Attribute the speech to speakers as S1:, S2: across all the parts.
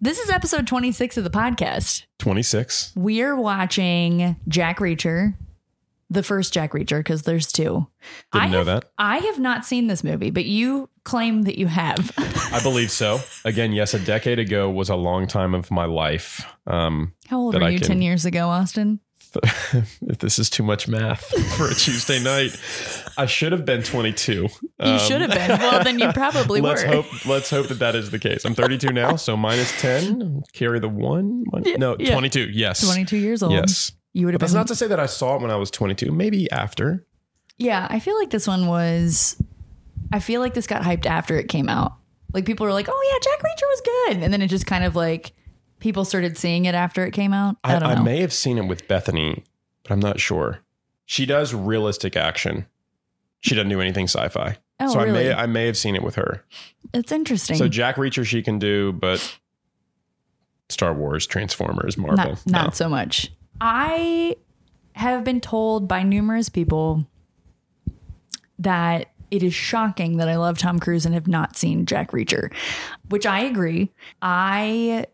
S1: This is episode 26 of the podcast.
S2: 26.
S1: We're watching Jack Reacher, the first Jack Reacher, because there's two.
S2: Didn't
S1: I
S2: know
S1: have,
S2: that.
S1: I have not seen this movie, but you claim that you have.
S2: I believe so. Again, yes, a decade ago was a long time of my life. Um,
S1: How old
S2: That
S1: were
S2: I
S1: you
S2: can-
S1: 10 years ago, Austin?
S2: if this is too much math for a Tuesday night, I should have been 22.
S1: You should have been. Well, then you probably
S2: Um, let's
S1: were.
S2: hope. Let's hope that that is the case. I'm 32 now, so minus 10. Carry the one. Min- no,
S1: yeah.
S2: 22. Yes.
S1: 22 years old.
S2: Yes.
S1: You would have
S2: But
S1: been.
S2: that's not to say that I saw it when I was 22. Maybe after.
S1: yeah, I feel like this one was. I feel like this got hyped after it came out. Like people were like, oh, yeah, Jack Reacher was good. And then it just kind of like people started seeing it after it came out. I,
S2: I,
S1: don't know.
S2: I may have seen it with Bethany, but I'm not sure. She does realistic action. She doesn't do anything sci-fi.
S1: Oh,
S2: so
S1: really?
S2: I may I may have seen it with her.
S1: it's interesting.
S2: So Jack Reacher she can do, but Star Wars, Transformers, Marvel.
S1: Not, not so much. I have been told by numerous people that it is shocking that I love Tom Cruise and have not seen Jack Reacher, which I agree. I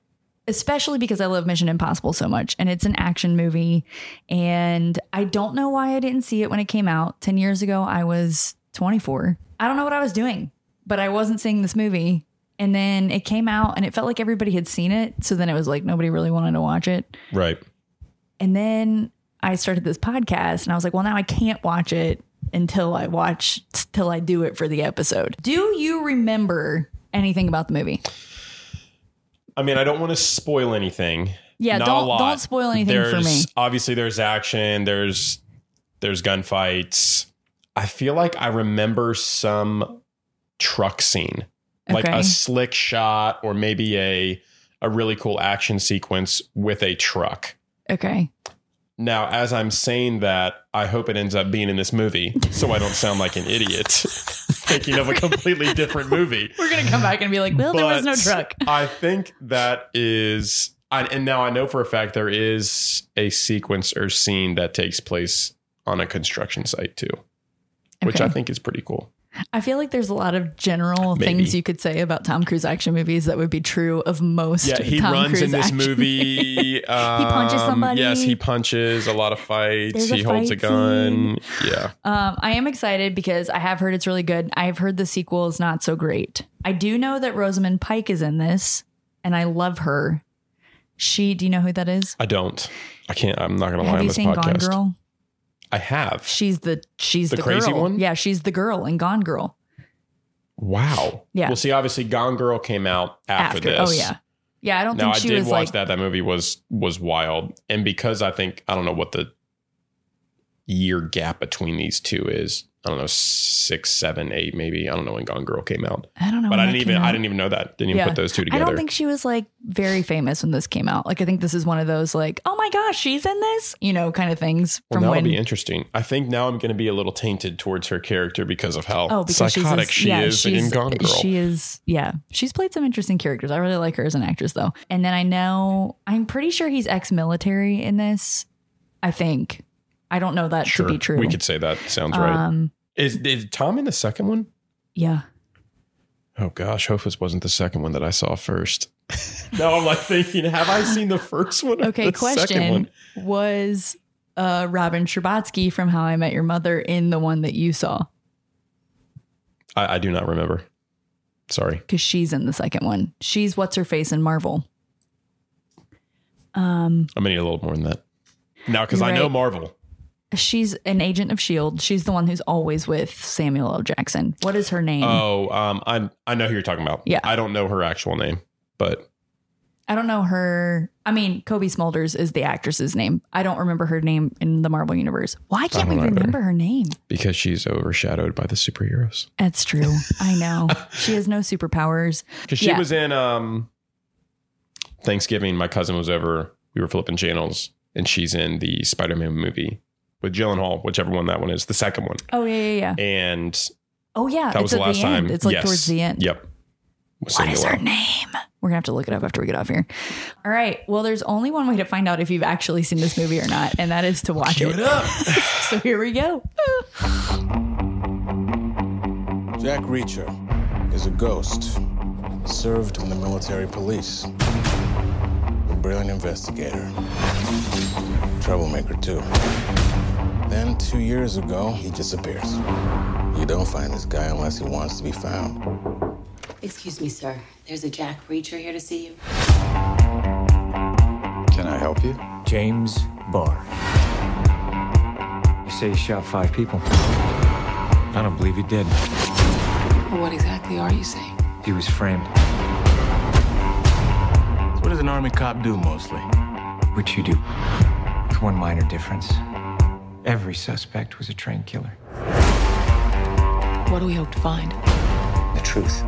S1: especially because I love Mission Impossible so much and it's an action movie and I don't know why I didn't see it when it came out 10 years ago. I was 24. I don't know what I was doing, but I wasn't seeing this movie. And then it came out and it felt like everybody had seen it, so then it was like nobody really wanted to watch it.
S2: No. Right.
S1: And then I started this podcast and I was like, well, now I can't watch it until I watch, till I do it for the episode. Do you remember anything about the movie?
S2: I mean, I don't want to spoil anything.
S1: Yeah,
S2: Not a
S1: don't
S2: lot.
S1: don't spoil anything
S2: there's,
S1: for me.
S2: Obviously, there's action. There's there's gunfights. I feel like I remember some truck scene, like
S1: Okay.
S2: a slick shot, or maybe a a really cool action sequence with a truck.
S1: Okay.
S2: Now, as I'm saying that, I hope it ends up being in this movie, so I don't sound like an idiot thinking of a completely different movie.
S1: We're gonna come back and be like, well, there was no
S2: But
S1: truck.
S2: I think that is, I, and now I know for a fact there is a sequence or scene that takes place on a construction site too, which
S1: Okay.
S2: I think is pretty cool.
S1: I feel like there's a lot of general
S2: Maybe.
S1: things you could say about Tom Cruise action movies that would be true of most.
S2: Yeah, he
S1: Tom
S2: runs
S1: Cruise
S2: in this
S1: action-
S2: movie. Um,
S1: punches somebody.
S2: Yes, he punches a lot of fights.
S1: There's a
S2: he holds a
S1: fight
S2: gun. Yeah,
S1: Um, I am excited because I have heard it's really good. I've heard the sequel is not so great. I do know that Rosamund Pike is in this, and I love her. She, do you know who that is?
S2: I don't. I can't. I'm not gonna lie
S1: have
S2: on
S1: you
S2: this
S1: seen Gone
S2: podcast.
S1: Girl?
S2: I have.
S1: She's the she's the,
S2: The crazy
S1: girl.
S2: one?
S1: Yeah, she's the girl in Gone Girl.
S2: Wow.
S1: Yeah.
S2: Well, see, obviously, Gone Girl came out after, this.
S1: oh yeah, yeah. I don't
S2: Now
S1: think
S2: I
S1: she
S2: did
S1: was
S2: watch
S1: like
S2: that. That movie was was wild, and because I think I don't know what the year gap between these two is. I don't know six, seven, eight, maybe. I don't know when Gone Girl came out,
S1: I don't know. Oh,
S2: but
S1: when
S2: I
S1: that
S2: didn't
S1: came
S2: even I
S1: out.
S2: didn't even know that. Didn't even
S1: Yeah.
S2: put those two
S1: I
S2: together.
S1: don't think she was like very famous when this came out. Like I think this is one of those like, oh my gosh, she's in this, you know, kind of things
S2: well,
S1: from
S2: that
S1: when.
S2: would be interesting. I think now I'm going to be a little tainted towards her character because of how
S1: Oh, because
S2: psychotic
S1: she's a-
S2: she
S1: yeah,
S2: is
S1: she's-
S2: in Gone Girl.
S1: She is, yeah. She's played some interesting characters. I really like her as an actress, though. And then I know, I'm pretty sure he's ex-military in this. I think. I don't know that
S2: sure,
S1: to be true.
S2: we could say that sounds right.
S1: Um,
S2: Is, is Tom in the second one?
S1: yeah.
S2: Oh gosh, hope this wasn't the second one that I saw first. now I'm like thinking, have I seen the first one? Or
S1: Okay.
S2: the Second one?
S1: question was uh, Robin Scherbatsky from How I Met Your Mother in the one that you saw
S2: I, I do not remember. Sorry.
S1: because she's in the second one. She's what's her face in Marvel. Um,
S2: I'm gonna need a little more than that. Now because
S1: You're
S2: I know
S1: right.
S2: Marvel.
S1: She's an agent of Shield. E She's the one who's always with Samuel L. Jackson. What is her name?
S2: Oh, um, I I know who you're talking about.
S1: Mm. Yeah.
S2: I don't know her actual name, but
S1: I don't know her. I mean, Kobe Smulders is the actress's name. I don't remember her name in the Marvel universe. Why can't we
S2: don't either.
S1: remember her name?
S2: because she's overshadowed by the superheroes.
S1: That's true. I know. She has no superpowers.
S2: Because she
S1: Yeah.
S2: was in um Thanksgiving, my cousin was over, we were flipping channels, and she's in the Spider-Man movie with Gyllenhaal, whichever one that one is, the second one.
S1: Oh yeah, yeah, yeah.
S2: And
S1: Oh yeah.
S2: that was the
S1: at
S2: last
S1: end.
S2: time.
S1: It's like
S2: Yes.
S1: towards the end.
S2: Yep. Was
S1: What is
S2: Samuel.
S1: her name? We're gonna have to look it up after we get off here. All right. Well, there's only one way to find out if you've actually seen this movie or not, and that is to watch
S2: Cue
S1: it.
S2: it up.
S1: So here we go.
S3: Jack Reacher is a ghost. Served in the military police. brilliant investigator, troublemaker too. Then, two years ago, he disappears. You don't find this guy unless he wants to be found.
S4: Excuse me, sir. There's a Jack Reacher here to see you.
S5: Can I help you?
S6: James Barr.
S5: You say you shot five people. I don't believe you did.
S4: What exactly are you saying?
S5: He was framed,
S3: So what does an army cop do mostly?
S5: which you do. With one minor difference. Every suspect was a trained killer.
S4: What do we hope to find?
S5: The truth.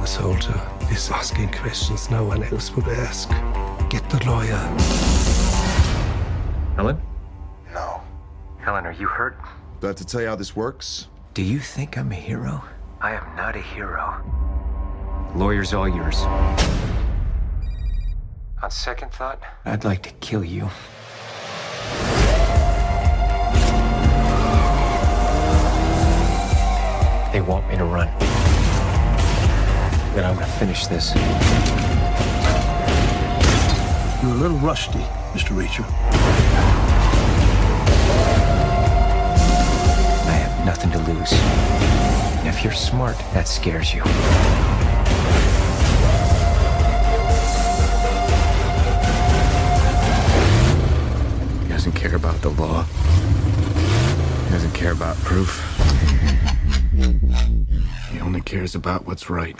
S7: The soldier is asking questions no one else would ask. Get the lawyer.
S5: Helen? No. Helen, are you hurt?
S8: Do I have to tell you how this works?
S5: Do you think I'm a hero? I am not a hero. Lawyer's all yours. On second thought, I'd like to kill you. They want me to run. Then I'm gonna finish this.
S7: You're a little rusty, Mr. Reacher.
S5: I have nothing to lose. And if you're smart, that scares you.
S7: He doesn't care about the law. He doesn't care about proof. He only cares about what's right.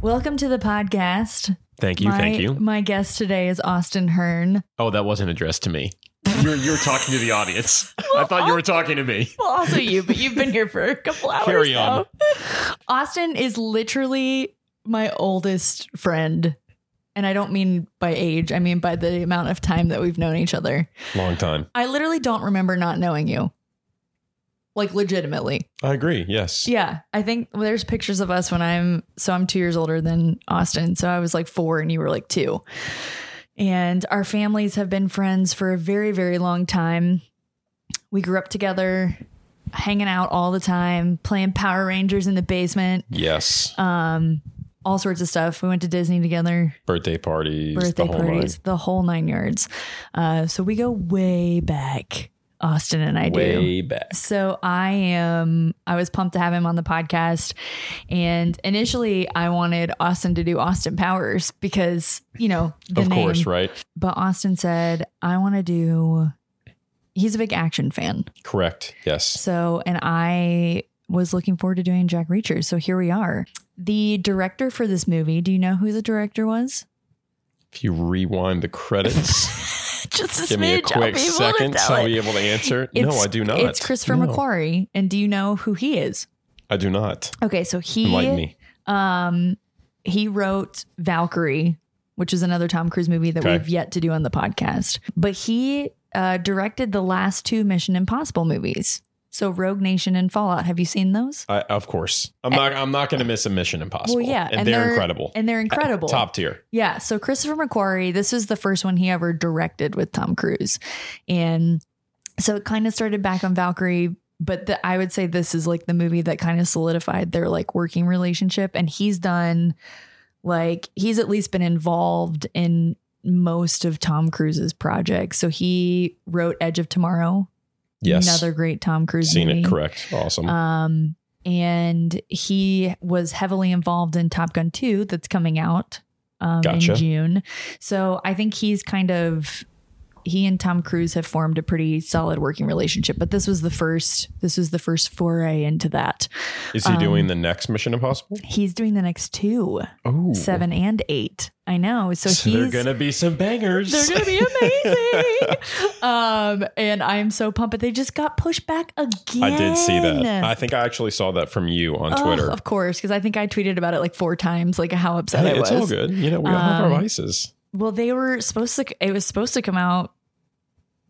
S1: Welcome to the podcast.
S2: Thank you,
S1: my,
S2: thank you.
S1: My guest today is Austin Hearn.
S2: Oh, that wasn't addressed to me. You're you're talking to the audience. I thought you were talking to me.
S1: Well, also you, but you've been here for a couple hours.
S2: Carry on.
S1: now. Austin is literally my oldest friend. And I don't mean by age, I mean by the amount of time that we've known each other.
S2: Long time.
S1: I literally don't remember not knowing you. Like legitimately.
S2: I agree. Yes.
S1: Yeah, I think well, there's pictures of us when I'm so I'm two years older than Austin, so I was like four and you were like two, and our families have been friends for a very very long time. We grew up together, hanging out all the time, playing Power Rangers in the basement,
S2: Yes.
S1: Um, all sorts of stuff. We went to Disney together,
S2: birthday parties.
S1: birthday
S2: the whole
S1: parties,
S2: nine.
S1: the whole nine yards. Uh, so we go way back, Austin and I do.
S2: Way back.
S1: So I am I was pumped to have him on the podcast and initially I wanted Austin to do Austin Powers because, you know, the
S2: of
S1: name.
S2: course, right?
S1: But Austin said, "I want to do He's a big action fan.
S2: Correct. Yes.
S1: So, and I was looking forward to doing Jack Reacher. So here we are. The director for this movie, do you know who the director was?
S2: If you rewind the credits,
S1: Just a
S2: give me a
S1: smidge, I'll
S2: quick
S1: be able to
S2: second,
S1: tell
S2: so I'll
S1: it.
S2: be able to answer. no,
S1: It's-
S2: I do not.
S1: It's Christopher
S2: no,
S1: McQuarrie. And do you know who he is?
S2: I do not.
S1: Okay, so he
S2: Enlighten me.
S1: Um, he wrote Valkyrie, which is another Tom Cruise movie that
S2: Okay.
S1: we've yet to do on the podcast. But he uh, directed the last two Mission Impossible movies. So Rogue Nation and Fallout. Have you seen those?
S2: I, of course, I'm not. I'm not going to miss a Mission Impossible.
S1: Well, yeah,
S2: and, they're, incredible.
S1: and they're incredible.
S2: Top tier.
S1: Yeah. So Christopher McQuarrie, this is the first one he ever directed with Tom Cruise. And so it kind of started back on Valkyrie, but the, I would say this is like the movie that kind of solidified their like working relationship. And he's done like, he's at least been involved in most of Tom Cruise's projects. So he wrote Edge of Tomorrow.
S2: Yes.
S1: Another great Tom Cruise
S2: Seen
S1: movie.
S2: it. Correct. Awesome.
S1: Um, and he was heavily involved in Top Gun 2 that's coming out um,
S2: Gotcha.
S1: in June. So I think he's kind of he and Tom Cruise have formed a pretty solid working relationship, but this was the first this was the first foray into that.
S2: Is
S1: Um,
S2: he doing the next Mission Impossible?
S1: He's doing the next two,
S2: Oh,
S1: seven and eight. I know. So,
S2: So
S1: he's
S2: there are gonna be some bangers.
S1: they're gonna be amazing. um, and I'm so pumped, but they just got pushed back again.
S2: I did see that. I think I actually saw that from you on
S1: Oh,
S2: Twitter.
S1: of course, because I think I tweeted about it like four times, like how upset
S2: Hey,
S1: I was. Um,
S2: it's all good. You know, we all have our vices.
S1: Well, they were supposed to. It was supposed to come out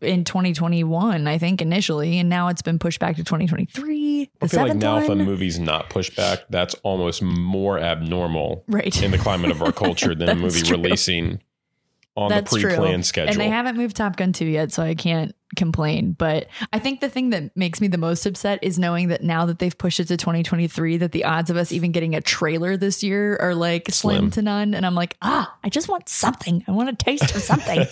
S1: in 2021, I think initially, and now it's been pushed back to 2023. The
S2: I feel like
S1: seventh
S2: now if a
S1: one?
S2: movie's not pushed back, that's almost more abnormal
S1: Right.
S2: in the climate of our culture than a
S1: That's
S2: movie
S1: true.
S2: releasing on
S1: That's
S2: the
S1: true.
S2: pre-planned schedule.
S1: And they haven't moved Top Gun 2 yet, so I can't complain. But I think the thing that makes me the most upset is knowing that now that they've pushed it to 2023, that the odds of us even getting a trailer this year are like slim,
S2: Slim.
S1: to none. And I'm like, ah, I just want something. I want a taste of something.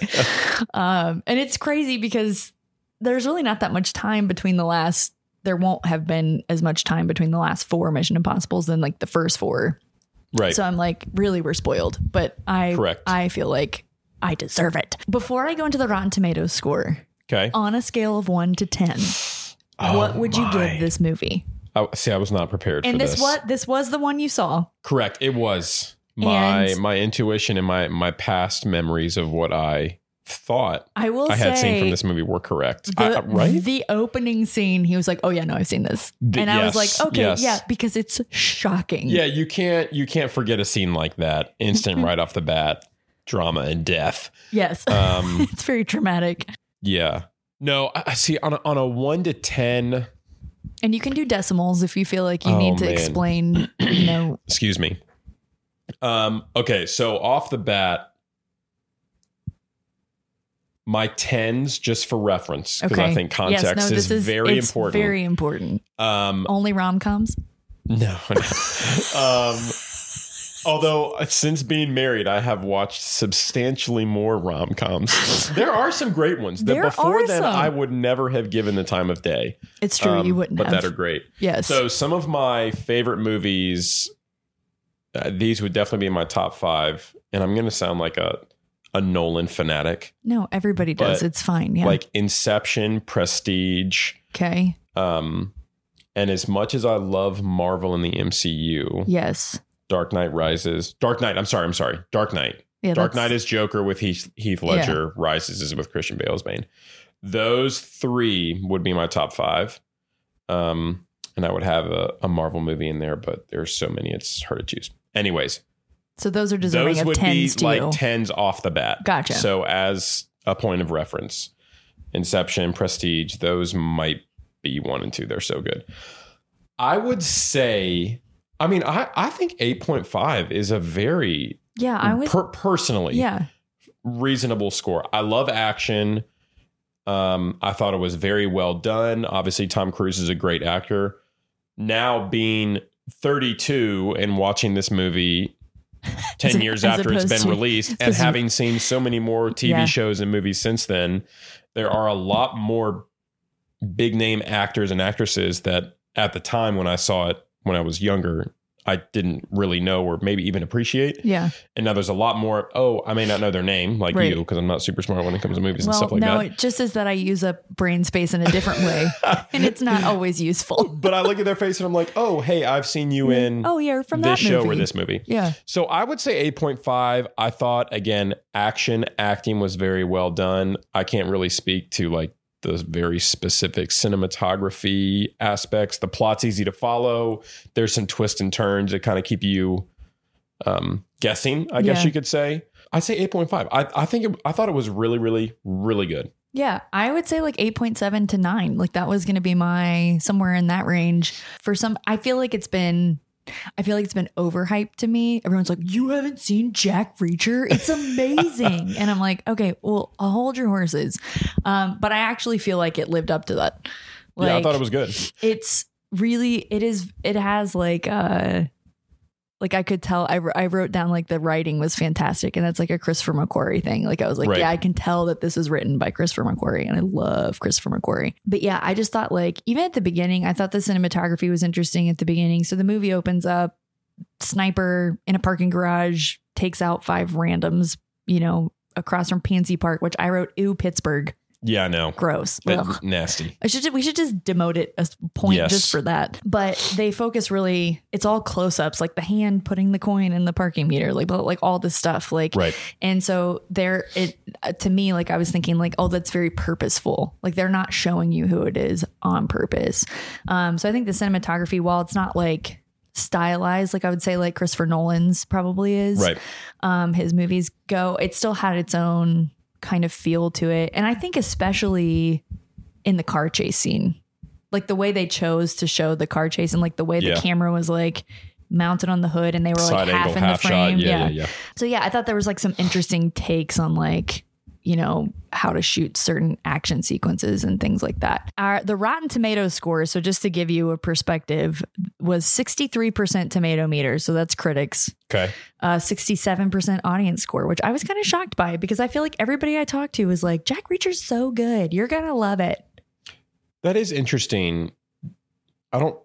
S1: um, and it's crazy because there's really not that much time between the last. There won't have been as much time between the last four Mission Impossibles than like the first four.
S2: right.
S1: So I'm like, really, we're spoiled. But I,
S2: Correct.
S1: I feel like I deserve it. Before I go into the Rotten Tomatoes score,
S2: okay.
S1: on a scale of one to ten, what would you give this movie?
S2: I, see, I was not prepared Oh for
S1: And
S2: this.
S1: this what this was the one you saw.
S2: Correct. It was my
S1: And-
S2: my intuition and my my past memories of what I thought
S1: I will
S2: I had
S1: say
S2: seen from this movie were correct.
S1: The,
S2: I- uh, right?
S1: the opening scene, he was like, "Oh yeah, no, I've seen this,"
S2: The-
S1: and I was
S2: yes,
S1: like, "Okay,
S2: yes.
S1: yeah," because it's shocking.
S2: Yeah, you can't you can't forget a scene like that. Instant right off the bat, drama and death.
S1: Yes,
S2: Um,
S1: it's very dramatic.
S2: yeah. No, I, I see on a, on a one to ten.
S1: And you can do decimals if you feel like you
S2: Oh,
S1: need to
S2: man.
S1: explain. You know,
S2: Excuse me. Um. Okay. So off the bat, my tens just for reference because
S1: okay.
S2: I think context
S1: yes, no,
S2: is,
S1: this
S2: very
S1: it's
S2: important.
S1: Very important.
S2: um.
S1: Only rom coms.
S2: No. no. um, although uh, since being married, I have watched substantially more rom coms. There are some great ones that
S1: There
S2: before
S1: are
S2: then
S1: some.
S2: I would never have given the time of day.
S1: It's true.
S2: Um,
S1: you wouldn't
S2: but
S1: have.
S2: that are great.
S1: yes.
S2: So some of my favorite movies, uh, these would definitely be in my top five, and I'm going to sound like a a Nolan fanatic,
S1: no, everybody does.
S2: but,
S1: It's fine. Yeah.
S2: like Inception, Prestige.
S1: okay.
S2: Um, and as much as I love Marvel and the MCU,
S1: Yes.
S2: Dark Knight Rises. Dark Knight. I'm sorry. I'm sorry. Dark Knight.
S1: Yeah.
S2: Dark
S1: that's-
S2: Knight is Joker with Heath, Heath
S1: Yeah.
S2: Ledger. Rises is with Christian Bale's Bane. Those three would be my top five. Um, and I would have a, a Marvel movie in there, but there's so many it's hard to choose. Anyways,
S1: So those are deserving
S2: those
S1: of
S2: would be
S1: tens to
S2: like
S1: you.
S2: tens off the bat.
S1: Gotcha.
S2: So as a point of reference, Inception, Prestige, those might be one and two. They're so good. I would say, I mean, I, I think 8.5 is a very
S1: yeah, I was.
S2: per- personally
S1: yeah.
S2: reasonable score. I love action. Um, I thought it was very well done. Obviously, Tom Cruise is a great actor. Now being 32 and watching this movie 10
S1: As-
S2: years
S1: as
S2: after it's been
S1: opposed to-
S2: released and
S1: as-
S2: having seen so many more TV
S1: Yeah.
S2: shows and movies since then, there are a lot more big name actors and actresses that at the time when I saw it when I was younger, I didn't really know or maybe even appreciate.
S1: Yeah.
S2: And now there's a lot more. Oh, I may not know their name like
S1: Right.
S2: you because I'm not super smart when it comes to movies and
S1: Well,
S2: stuff like
S1: no,
S2: that.
S1: it just is that I use up brain space in a different way, and it's not always useful.
S2: but I look at their face and I'm like, oh, hey, I've seen you in
S1: Oh yeah, from
S2: Mm. this
S1: that
S2: show
S1: movie.
S2: or this movie.
S1: Yeah.
S2: So I would say 8.5. I thought, again, action acting was very well done. I can't really speak to like the very specific cinematography aspects. The plot's easy to follow. There's some twists and turns that kind of keep you um, guessing, I guess
S1: Yeah.
S2: you could say. I'd say 8.5. I, I think it, I thought it was really, really, really good.
S1: Yeah, I would say like 8.7 to 9. Like that was going to be my somewhere in that range. For some I feel like it's been I feel like it's been overhyped to me. Everyone's like, "You haven't seen Jack Reacher? It's amazing." and I'm like, "Okay, well, I'll hold your horses." Um, but I actually feel like it lived up to that. Like,
S2: yeah, I thought it was good.
S1: it's really it is it has like uh like I could tell I, wr- I wrote down like the writing was fantastic and that's like a Christopher McQuarrie thing like I was like
S2: Right.
S1: yeah I can tell that this was written by Christopher McQuarrie and I love Christopher McQuarrie but yeah I just thought like even at the beginning I thought the cinematography was interesting at the beginning so the movie opens up sniper in a parking garage takes out five randoms you know across from PNC Park, which I wrote, ew, Pittsburgh.
S2: Yeah, I know.
S1: Gross.
S2: That-
S1: Ugh.
S2: nasty.
S1: I should we should just demote it a s- point
S2: Yes.
S1: just for that. But they focus really it's all close ups, like the hand putting the coin in the parking meter, like but like all this stuff, like
S2: Right.
S1: And so there, it uh, to me, like I was thinking, like oh, that's very purposeful. Like they're not showing you who it is on purpose. Um, so I think the cinematography, while it's not like stylized, like I would say, like Christopher Nolan's probably is,
S2: Right.
S1: um, his movies go, it still had its own kind of feel to it. And I think especially in the car chase scene, like the way they chose to show the car chase and like the way
S2: Yeah.
S1: the camera was like mounted on the hood and they were like
S2: Side
S1: half
S2: angle,
S1: in
S2: half
S1: the frame.
S2: shot. Yeah, yeah, yeah.
S1: So yeah, I thought there was like some interesting takes on like, you know, how to shoot certain action sequences and things like that. Our, the Rotten Tomatoes score, so just to give you a perspective, was 63% tomato meter. So that's critics
S2: Okay.
S1: uh, 67% audience score, which I was kind of shocked by because I feel like everybody I talked to was like, Jack Reacher's so good. You're going to love it.
S2: That is interesting. I don't.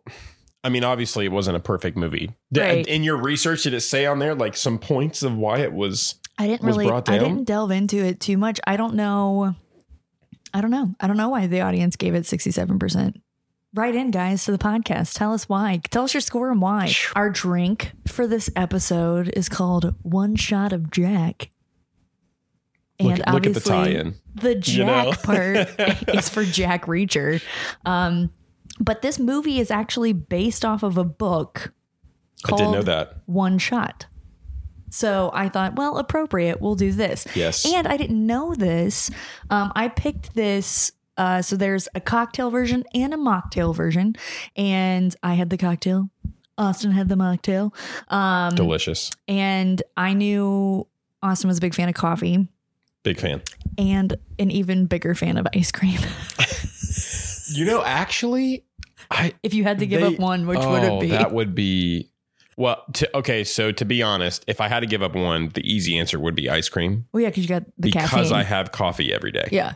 S2: I mean, obviously, it wasn't a perfect movie. D-
S1: Right.
S2: In your research, did it say on there like some points of why it was?
S1: I didn't
S2: Was
S1: really,
S2: brought
S1: I
S2: down?
S1: didn't delve into it too much. I don't know. I don't know. I don't know why the audience gave it 67%. Write in, guys, to the podcast. Tell us why. Tell us your score and why. Our drink for this episode is called One Shot of Jack.
S2: Look- look at the
S1: obviously,
S2: tie-in.
S1: The Jack
S2: You know?
S1: part is for Jack Reacher. Um, but this movie is actually based off of a book
S2: I
S1: called
S2: didn't know that.
S1: one shot. So I thought, well, appropriate, we'll do this.
S2: Yes.
S1: And I didn't know this. Um, I picked this. Uh, so there's a cocktail version and a mocktail version. And I had the cocktail. Austin had the mocktail. Um,
S2: Delicious.
S1: and I knew Austin was a big fan of coffee
S2: Big fan.
S1: and an even bigger fan of ice cream.
S2: You know, actually, I
S1: if you had to give
S2: They-
S1: up one, which would it
S2: Oh,
S1: be?
S2: That would be well. To, okay, so to be honest, if I had to give up one, the easy answer would be ice cream
S1: well, yeah, because you got the
S2: because
S1: caffeine.
S2: I have coffee every day.
S1: yeah.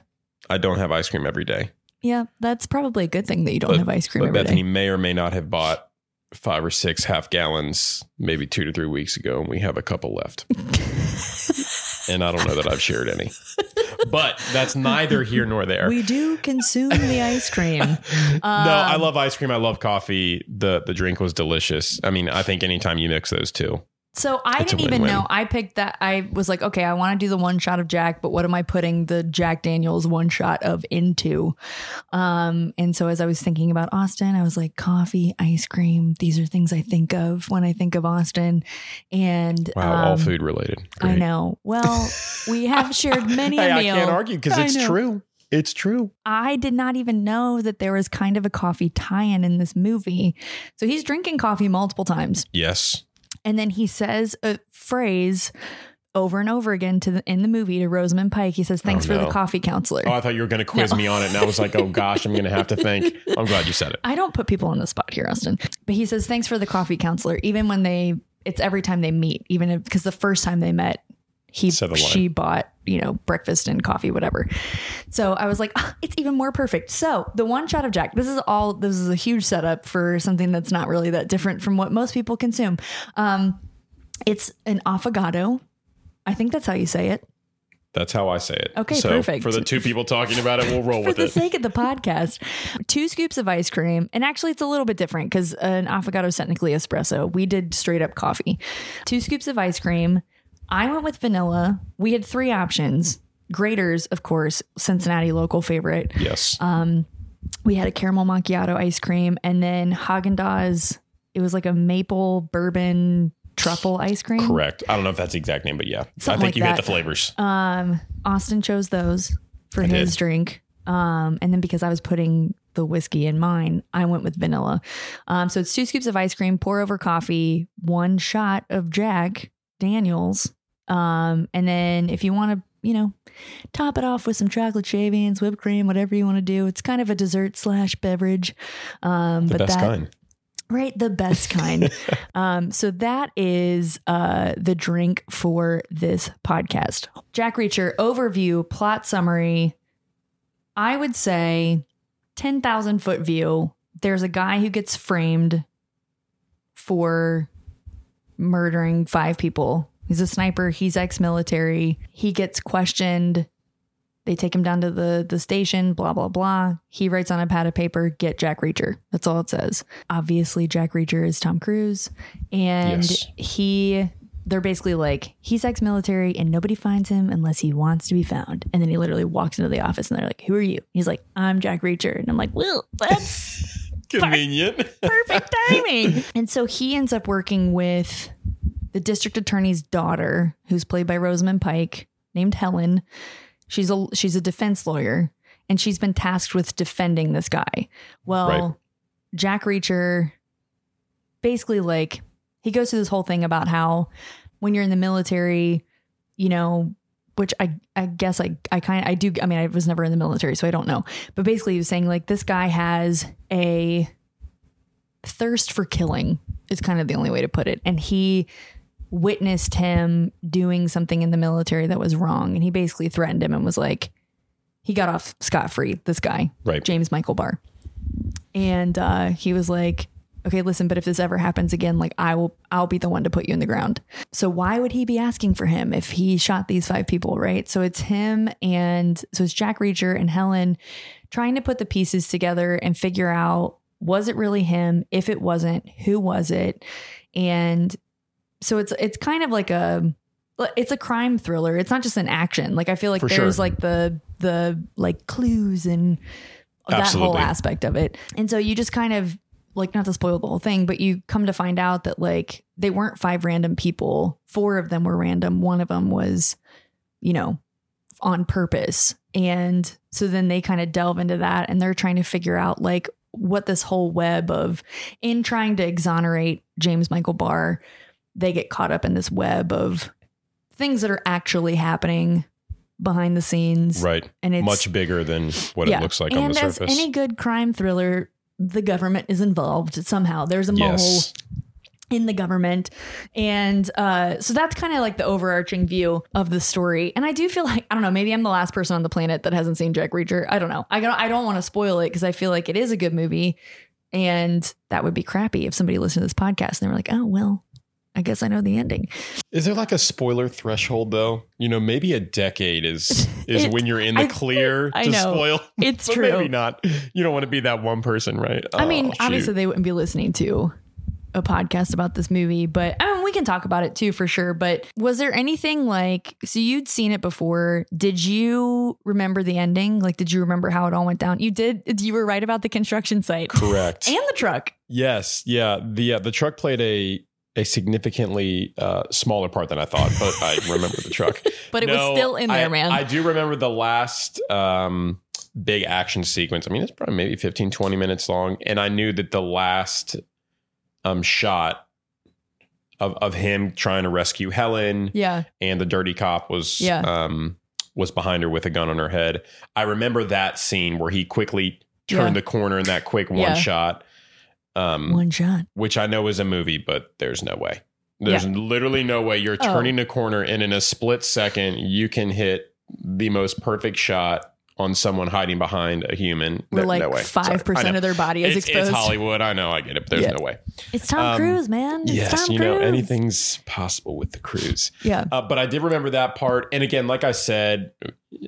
S2: I don't have ice cream every day.
S1: Yeah. That's probably a good thing that you don't
S2: But-
S1: have ice cream
S2: But
S1: every day.
S2: Bethany may or may not have bought five or six half gallons, maybe two to three weeks ago, and we have a couple left. and I don't know that I've shared any, but that's neither here nor there.
S1: We do consume the ice cream.
S2: no,
S1: um,
S2: I love ice cream. I love coffee. the The drink was delicious. I mean, I think anytime you mix those two,
S1: So I
S2: It's a
S1: didn't even
S2: win-win.
S1: know. I picked that. I was like, okay, I want to do the one shot of Jack, but what am I putting the Jack Daniels one shot of into? Um, and so as I was thinking about Austin, I was like, coffee, ice cream. These are things I think of when I think of Austin. And
S2: wow, all
S1: um,
S2: food related.
S1: I
S2: Great.
S1: know. Well, we have shared many
S2: Hey,
S1: a
S2: I
S1: meal.
S2: can't argue because
S1: I
S2: it's
S1: know.
S2: true. It's true.
S1: I did not even know that there was kind of a coffee tie-in in this movie. So he's drinking coffee multiple times.
S2: Yes.
S1: And then he says a phrase over and over again to the, in the movie to Rosamund Pike. He says, "Thanks for
S2: Oh, no.
S1: the coffee counselor."
S2: Oh, I thought you were going to quiz me on it, and I was like, oh gosh, I'm going to have to think. I'm glad you said it.
S1: I don't put people on the spot here, Austin. But he says, "Thanks for the coffee counselor," even when they it's every time they meet, even because the first time they met, he
S2: Said the line.
S1: she bought you know breakfast and coffee, whatever. So I was like, "Ah, it's even more perfect. So the one shot of Jack. This is all. This is a huge setup for something that's not really that different from what most people consume. Um, it's an affogato. I think that's how you say it.
S2: That's how I say it.
S1: Okay,
S2: so
S1: perfect.
S2: For the two people talking about it, we'll roll
S1: for
S2: with
S1: the
S2: it.
S1: sake of the podcast, two scoops of ice cream, and actually it's a little bit different because an affogato is technically espresso. We did straight up coffee. Two scoops of ice cream. I went with vanilla. We had three options. Graders, of course, Cincinnati local favorite.
S2: yes.
S1: Um, We had a caramel macchiato ice cream, and then Haagen Dazs. It was like a maple bourbon truffle ice cream.
S2: Correct. I don't know if that's the exact name, but yeah. I
S1: Something
S2: think
S1: like
S2: you hit
S1: that. Um,
S2: the flavors.
S1: Austin chose those for
S2: I
S1: his
S2: did.
S1: drink. Um, and then because I was putting the whiskey in mine, I went with vanilla. Um, so it's two scoops of ice cream, pour over coffee, one shot of Jack Daniels. Um, and then if you want to, you know, top it off with some chocolate shavings, whipped cream, whatever you want to do. It's kind of a dessert slash beverage. Um,
S2: the
S1: but
S2: best
S1: that,
S2: kind.
S1: Right, the best kind. um, so that is uh, the drink for this podcast. Jack Reacher overview, plot summary. I would say 10,000 foot view. There's a guy who gets framed for murdering five people He's a sniper. He's ex-military. He gets questioned. They take him down to the the station. Blah blah blah. He writes on a pad of paper, "Get Jack Reacher." That's all it says. Obviously, Jack Reacher is Tom Cruise, and
S2: Yes.
S1: he. They're basically like he's ex-military and nobody finds him unless he wants to be found. And then he literally walks into the office and they're like, "Who are you?" He's like, "I'm Jack Reacher," and I'm like, "Well, that's."
S2: Convenient.
S1: perfect timing. and so he ends up working with the district attorney's daughter, who's played by Rosamund Pike, named Helen. She's a she's a defense lawyer, and she's been tasked with defending this guy. Well,
S2: Right.
S1: Jack Reacher basically like he goes through this whole thing about how when you're in the military, you know, which I I guess I I kind of I do I mean I was never in the military, so I don't know. But basically, he was saying like this guy has a thirst for killing is kind of the only way to put it. And he witnessed him doing something in the military that was wrong. And he basically threatened him and was like, he got off scot free, this guy,
S2: Right.
S1: James Michael Barr. And uh, he was like, okay, listen, but if this ever happens again, like I will, I'll be the one to put you in the ground. So why would he be asking for him if he shot these five people, right? So it's him and so it's Jack Reacher and Helen trying to put the pieces together and figure out was it really him? If it wasn't, who was it? And so it's it's kind of like a it's a crime thriller. It's not just an action. Like I feel like
S2: For
S1: there's
S2: sure.
S1: like the the like clues and that whole
S2: Absolutely.
S1: aspect of it. And so you just kind of like not to spoil the whole thing, but you come to find out that like they weren't five random people. Four of them were random. One of them was, you know, on purpose. And so then they kind of delve into that and they're trying to figure out like what this whole web of in trying to exonerate James Michael Barr, they get caught up in this web of things that are actually happening behind the scenes.
S2: Right.
S1: And it's
S2: Much bigger than what it looks like
S1: and
S2: on the
S1: as
S2: surface.
S1: Any good crime thriller, the government is involved somehow. There's a mole
S2: yes.
S1: in the government. And uh, so that's kind of like the overarching view of the story. And I do feel like, I don't know, maybe I'm the last person on the planet that hasn't seen Jack Reacher. I don't know. I don't, I don't want to spoil it because I feel like it is a good movie. And that would be crappy if somebody listened to this podcast and they were like, oh, well, I guess I know the ending.
S2: Is there like a spoiler threshold though? You know, maybe a decade is is
S1: It-
S2: when you're in the
S1: I-
S2: clear
S1: I
S2: to
S1: know.
S2: spoil.
S1: It's
S2: but
S1: true.
S2: Maybe not. You don't want to be that one person, right?
S1: I mean,
S2: Oh, shoot.
S1: obviously they wouldn't be listening to a podcast about this movie, but I mean, we can talk about it too for sure. But was there anything like so you'd seen it before? Did you remember the ending? Like, did you remember how it all went down? You did. You were right about the construction site
S2: correct.
S1: and the truck.
S2: Yes, yeah. The uh, the truck played a a significantly uh, smaller part than I thought, but I remember the truck.
S1: But it was still in
S2: I-
S1: there, man.
S2: I do remember the last um, big action sequence. I mean, it's probably maybe 15, 20 minutes long, and I knew that the last um, shot of of him trying to rescue Helen
S1: yeah,
S2: and the dirty cop was
S1: Yeah.
S2: um was behind her with a gun on her head. I remember that scene where he quickly turned
S1: Yeah.
S2: the corner in that quick one
S1: Yeah.
S2: shot. Um
S1: one shot.
S2: which I know is a movie, but there's no way. There's literally no way you're
S1: Oh.
S2: turning the corner and in a split second you can hit the most perfect shot on someone hiding behind a human.
S1: Where
S2: No- no
S1: like
S2: way. Sorry.
S1: five
S2: I
S1: percent
S2: know.
S1: of their body is
S2: it's, it's
S1: exposed. It's,
S2: Hollywood. I know. I get it. But there's
S1: Yeah.
S2: no way.
S1: Tom
S2: Um,
S1: Cruise, man. It's
S2: yes,
S1: Tom
S2: you know
S1: Cruise.
S2: anything's possible with the cruise.
S1: Yeah,
S2: Uh, but I did remember that part. And again, like I said,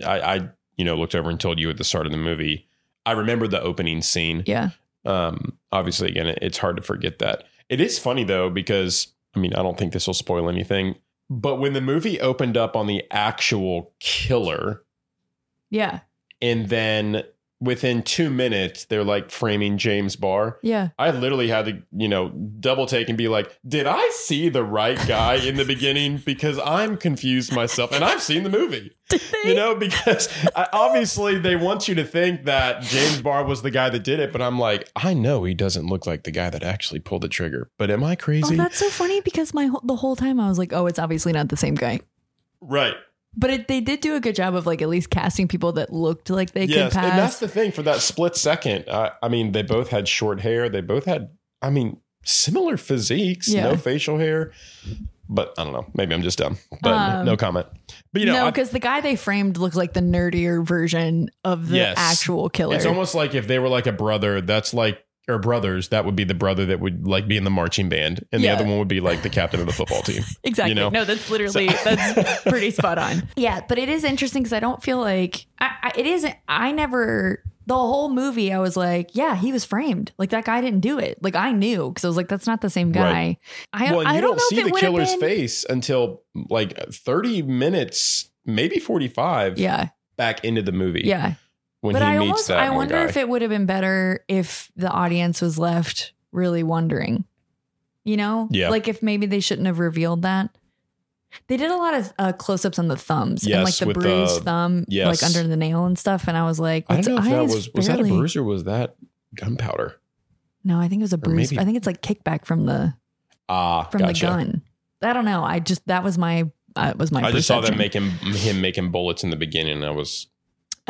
S2: I, I you know looked over and told you at the start of the movie. I remember the opening scene.
S1: yeah,
S2: Um, obviously, again, it- it's hard to forget that. It is funny though because I mean I don't think this will spoil anything. But when the movie opened up on the actual killer,
S1: yeah,
S2: and then within two minutes they're like framing James Barr.
S1: yeah.
S2: I literally had to, you know, double take and be like, did I see the right guy in the beginning? Because I'm confused myself and I've seen the movie. You know, because I, obviously they want you to think that James Barr was the guy that did it, but I'm like, I know he doesn't look like the guy that actually pulled the trigger, but am I
S1: Oh,
S2: crazy?
S1: that's so funny because my whole, the whole time I was like, oh, it's obviously not the same guy.
S2: right.
S1: But it, they did do a good job of like at least casting people that looked like they
S2: yes.
S1: could
S2: And that's
S1: pass.
S2: the thing for that split second. I, I mean, they both had short hair. They both had, I mean, similar physiques,
S1: Yeah.
S2: no facial hair. But I don't know. Maybe I'm just dumb. But
S1: Um,
S2: no comment. But you know,
S1: no,
S2: I-
S1: because the guy they framed looked like the nerdier version of the
S2: Yes.
S1: actual killer.
S2: It's almost like if they were like a brother, that's like or brothers, that would be the brother that would like be in the marching band, and
S1: Yeah.
S2: the other one would be like the captain of the football team.
S1: Exactly.
S2: You know?
S1: No, that's literally that's pretty spot on. Yeah, but it is interesting because I don't feel like I, I, it isn't. I never the whole movie. I was like, yeah, he was framed. Like that guy didn't do it. Like I knew because I was like, that's not the same guy.
S2: Right.
S1: I,
S2: well, and
S1: I
S2: you
S1: don't,
S2: don't,
S1: know
S2: see
S1: if it
S2: the
S1: would have
S2: killer's
S1: been-
S2: face until like 30 minutes, maybe 45
S1: Yeah,
S2: back into the movie.
S1: yeah.
S2: When
S1: but
S2: he
S1: I
S2: meets
S1: almost
S2: that
S1: I
S2: one
S1: wonder
S2: guy.
S1: if it would have been better if the audience was left really wondering. You know,
S2: Yeah.
S1: like if maybe they shouldn't have revealed that. They did a lot of uh, close-ups on the thumbs and like
S2: Yes,
S1: the
S2: with the-
S1: bruised thumb, like
S2: yes.
S1: under the nail and stuff. And I was like,
S2: I
S1: "What's-
S2: don't know if that
S1: eyes
S2: was was that a
S1: barely-"
S2: bruise or was that gunpowder?
S1: No, I think it was a bruise.
S2: maybe-
S1: I think it's like kickback from the
S2: Ah,
S1: from
S2: gotcha.
S1: the gun. I don't know. I just that was my uh, was my.
S2: I just saw them
S1: perception.
S2: making him making bullets in the beginning. And I was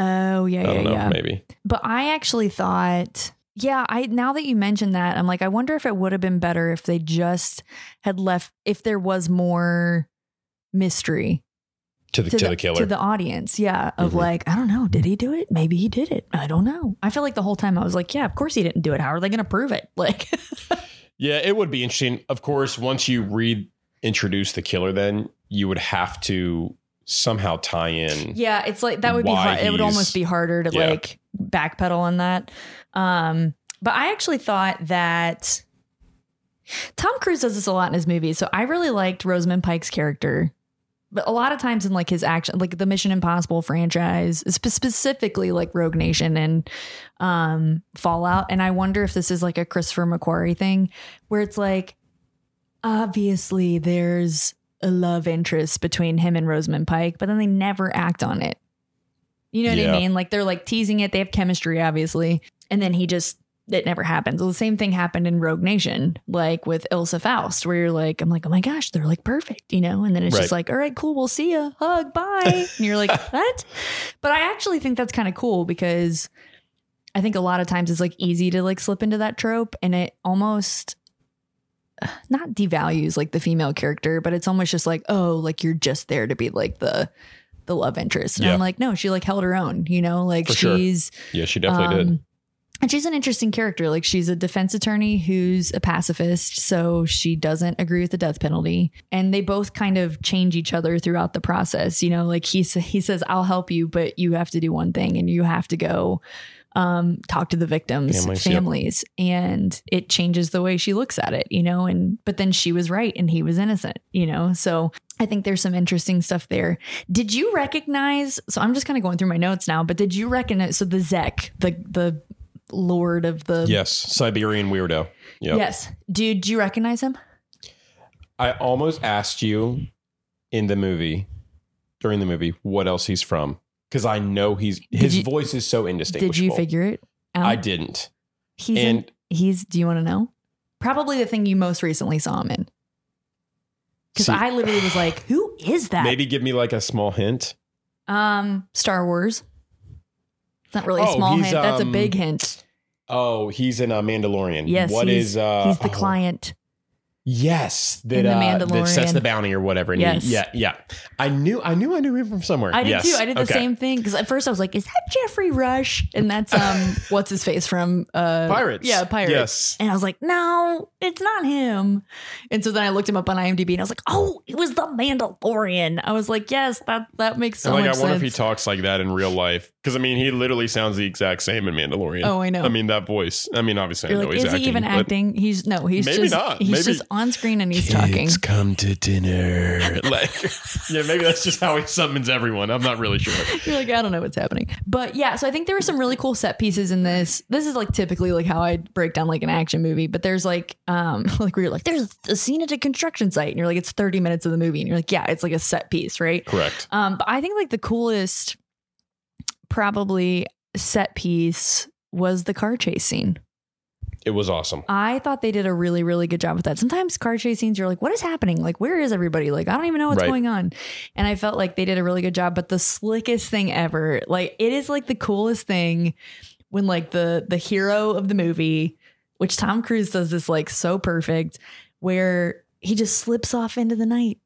S1: Oh yeah,
S2: I don't
S1: yeah,
S2: know
S1: yeah.
S2: maybe
S1: But I actually thought, yeah, I now that you mentioned that, I'm like, I wonder if it would have been better if they just had left if there was more mystery
S2: to the to, the, killer.
S1: to the audience. Yeah. Of
S2: Mhm.
S1: like, I don't know, did he do it? Maybe he did it. I don't know. I feel like the whole time I was like, yeah, of course he didn't do it. How are they gonna prove it? Like
S2: yeah, it would be interesting. Of course, once you reintroduce the killer, then you would have to somehow tie in.
S1: Yeah, it's like that would be
S2: Why
S1: hard. It would
S2: he's-
S1: almost be harder to
S2: Yeah.
S1: like backpedal on that. Um, but I actually thought that Tom Cruise does this a lot in his movies. So I really liked Rosamund Pike's character. But a lot of times in like his action, like the Mission Impossible franchise, spe- specifically like Rogue Nation and um, Fallout. And I wonder if this is like a Christopher McQuarrie thing where it's like, obviously there's a love interest between him and Rosamund Pike, but then they never act on it. You know what
S2: Yeah.
S1: I mean? Like they're like teasing it. They have chemistry, obviously. And then he just, it never happens. Well, the same thing happened in Rogue Nation, like with Ilsa Faust, where you're like, I'm like, oh my gosh, they're like perfect, you know? And then it's just
S2: Right.
S1: like, all right, cool, we'll see ya, hug, bye. And you're like, what? But I actually think that's kind of cool because I think a lot of times it's like easy to like slip into that trope and it almost not devalues like the female character, but it's almost just like, oh, like you're just there to be like the the love interest. And
S2: Yeah.
S1: I'm like, no, she like held her own, you know, like
S2: For sure.
S1: she's
S2: Yeah, she definitely
S1: um,
S2: did.
S1: and she's an interesting character. Like she's a defense attorney who's a pacifist, so she doesn't agree with the death penalty. And they both kind of change each other throughout the process. You know, like he sa- he says, "I'll help you, but you have to do one thing, and you have to go um, talk to the victims'
S2: Families,
S1: families."
S2: yep.
S1: And it changes the way she looks at it. You know, and but then she was right, and he was innocent. You know, so. I think there's some interesting stuff there. Did you recognize? So I'm just kind of going through my notes now, but did you recognize? So the Zek, the the lord of the
S2: Yes, Siberian weirdo. Yeah.
S1: yes dude do you recognize him
S2: I almost asked you in the movie, during the movie, what else he's from. Because I know he's his
S1: you-
S2: voice is so indistinguishable.
S1: did you figure it out
S2: I didn't.
S1: he's in,
S2: and
S1: he's do you want to know probably the thing you most recently saw him in because
S2: See-
S1: i literally was like who is that
S2: maybe give me like a small hint.
S1: um star wars it's not really a
S2: Oh,
S1: small
S2: he's,
S1: hint that's a
S2: um,
S1: big hint
S2: Oh, he's in a Mandalorian.
S1: yes
S2: What
S1: he's,
S2: is uh
S1: he's the
S2: oh,
S1: client
S2: Yes, that
S1: in The
S2: uh, that sets
S1: Mandalorian.
S2: the bounty or whatever. and he-
S1: Yes.
S2: yeah, yeah. I knew I knew I knew him from somewhere.
S1: I did
S2: Yes.
S1: too. I did the
S2: Okay.
S1: same thing because at first I was like, "Is that Jeffrey Rush?" And that's um, what's his face from uh,
S2: Pirates.
S1: Yeah, pirates.
S2: Yes.
S1: And I was like, "No, it's not him." And so then I looked him up on IMDb, and I was like, "Oh, it was the Mandalorian." I was like, "Yes, that that makes so
S2: And, like
S1: much
S2: Oh I wonder
S1: sense."
S2: if he talks like that in real life because I mean he literally sounds the exact same in Mandalorian.
S1: Oh, I know.
S2: I mean that voice. I mean obviously
S1: You're
S2: I know
S1: like,
S2: he's
S1: is
S2: acting.
S1: he even
S2: but-
S1: acting? He's no, he's
S2: Maybe
S1: just
S2: not.
S1: he's
S2: Maybe-
S1: just on screen and he's talking.
S2: come to dinner. like yeah, maybe that's just how he summons everyone. I'm not really sure.
S1: You're like, I don't know what's happening. But yeah, so I think there were some really cool set pieces in this. This is like typically like how I break down like an action movie, but there's like um like where you're like, there's a scene at a construction site, and you're like, it's 30 minutes of the movie, and you're like, yeah, it's like a set piece, right?
S2: Correct.
S1: Um, but I think like the coolest probably set piece was the car chase scene.
S2: It was awesome.
S1: I thought they did a really, really good job with that. Sometimes car chase scenes, you're like, what is happening? Like, where is everybody? Like, I don't even know what's
S2: Right.
S1: going on. And I felt like they did a really good job, but the slickest thing ever, like, it is like the coolest thing when like the the hero of the movie, which Tom Cruise does this like so perfect, where he just slips off into the night.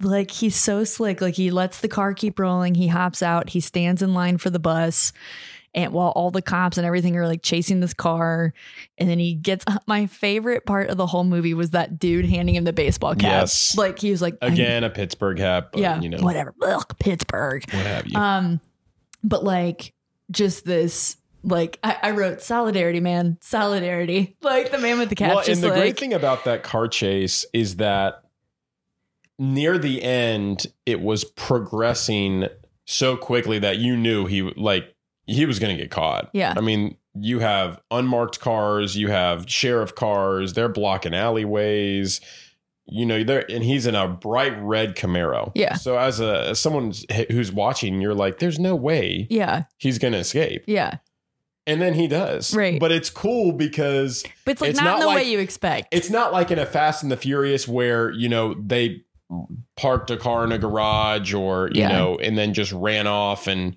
S1: Like he's so slick. Like he lets the car keep rolling. He hops out. He stands in line for the bus and while all the cops and everything are like chasing this car and then he gets my favorite part of the whole movie was that dude handing him the baseball cap
S2: Yes.
S1: like he was like I'm-
S2: Again, a Pittsburgh hat, but
S1: yeah
S2: you know,
S1: whatever Ugh, pittsburgh
S2: what have you.
S1: um, but like just this, like I, I wrote solidarity, man, solidarity. Like the man with the cap,
S2: well,
S1: just
S2: and the
S1: like
S2: great thing about that car chase is that near the end, it was progressing so quickly that you knew he like he was going to get caught.
S1: Yeah.
S2: I mean, you have unmarked cars, you have sheriff cars, they're blocking alleyways. You know, there and he's in a bright red Camaro.
S1: Yeah.
S2: So as a as someone who's watching, you're like, there's no way
S1: yeah,
S2: he's going to escape,
S1: yeah.
S2: and then he does.
S1: Right.
S2: But it's cool because
S1: But it's like
S2: It's
S1: not, in
S2: not
S1: the
S2: like-
S1: way you expect.
S2: it's not like in a Fast and the Furious where you know they parked a car in a garage or you
S1: Yeah.
S2: know and then just ran off and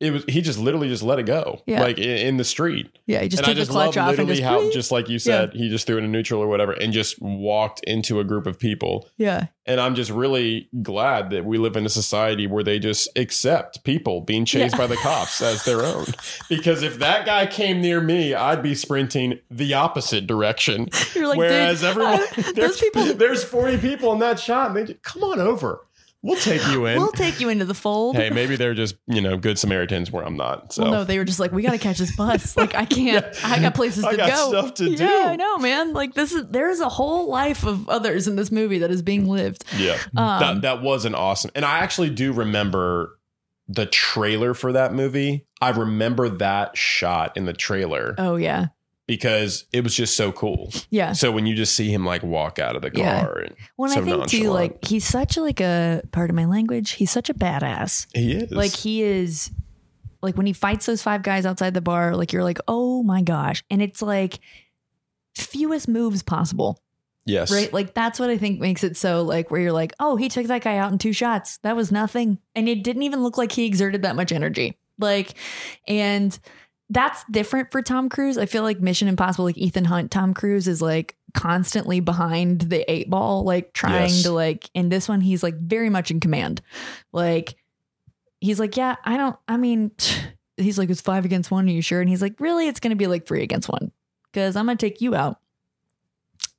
S2: it was he just literally just let it go
S1: Yeah.
S2: like i- in, the street
S1: yeah, you just
S2: and I
S1: take the
S2: just love
S1: clutch off and
S2: literally
S1: just,
S2: how
S1: whoop.
S2: just like you said he just threw it in neutral or whatever and just walked into a group of people
S1: yeah,
S2: and I'm just really glad that we live in a society where they just accept people being chased
S1: Yeah.
S2: by the cops as their own. Because if that guy came near me, I'd be sprinting the opposite direction.
S1: You're like,
S2: Whereas
S1: "Dude,
S2: everyone,
S1: uh, those
S2: there's,
S1: people-
S2: there's 40 people in that shot, and they just, come on over. We'll take you in.
S1: we'll take you into the fold.
S2: hey, maybe they're just you know good Samaritans where I'm not. So
S1: Well, no, they were just like, we got to catch this bus. Like, I can't. I got places
S2: I
S1: to
S2: got
S1: go.
S2: stuff to
S1: yeah,
S2: do.
S1: I know, man. Like, this is there's a whole life of others in this movie that is being lived.
S2: Yeah. that
S1: um,
S2: that was an awesome. And I actually do remember the trailer for that movie. I remember that shot in the trailer
S1: Oh yeah,
S2: because it was just so cool.
S1: yeah.
S2: So when you just see him like walk out of the
S1: Yeah.
S2: car and
S1: Well, and
S2: so
S1: I think too,
S2: nonchalant.
S1: like he's such like a part of my language. He's such a badass.
S2: he is
S1: Like he is, like when he fights those five guys outside the bar, like you're like, oh my gosh, and it's like fewest moves possible,
S2: yes
S1: right? Like that's what I think makes it so like where you're like, oh, he took that guy out in two shots. That was nothing, and it didn't even look like he exerted that much energy. Like, and that's different for Tom Cruise. I feel like Mission Impossible, like Ethan Hunt, Tom Cruise is like constantly behind the eight ball, like trying
S2: Yes.
S1: to like. In this one, he's like very much in command. Like he's like, yeah, I don't. I mean, he's like, it's five against one. Are you sure? And he's like, really, it's gonna be like three against one because I'm gonna take you out.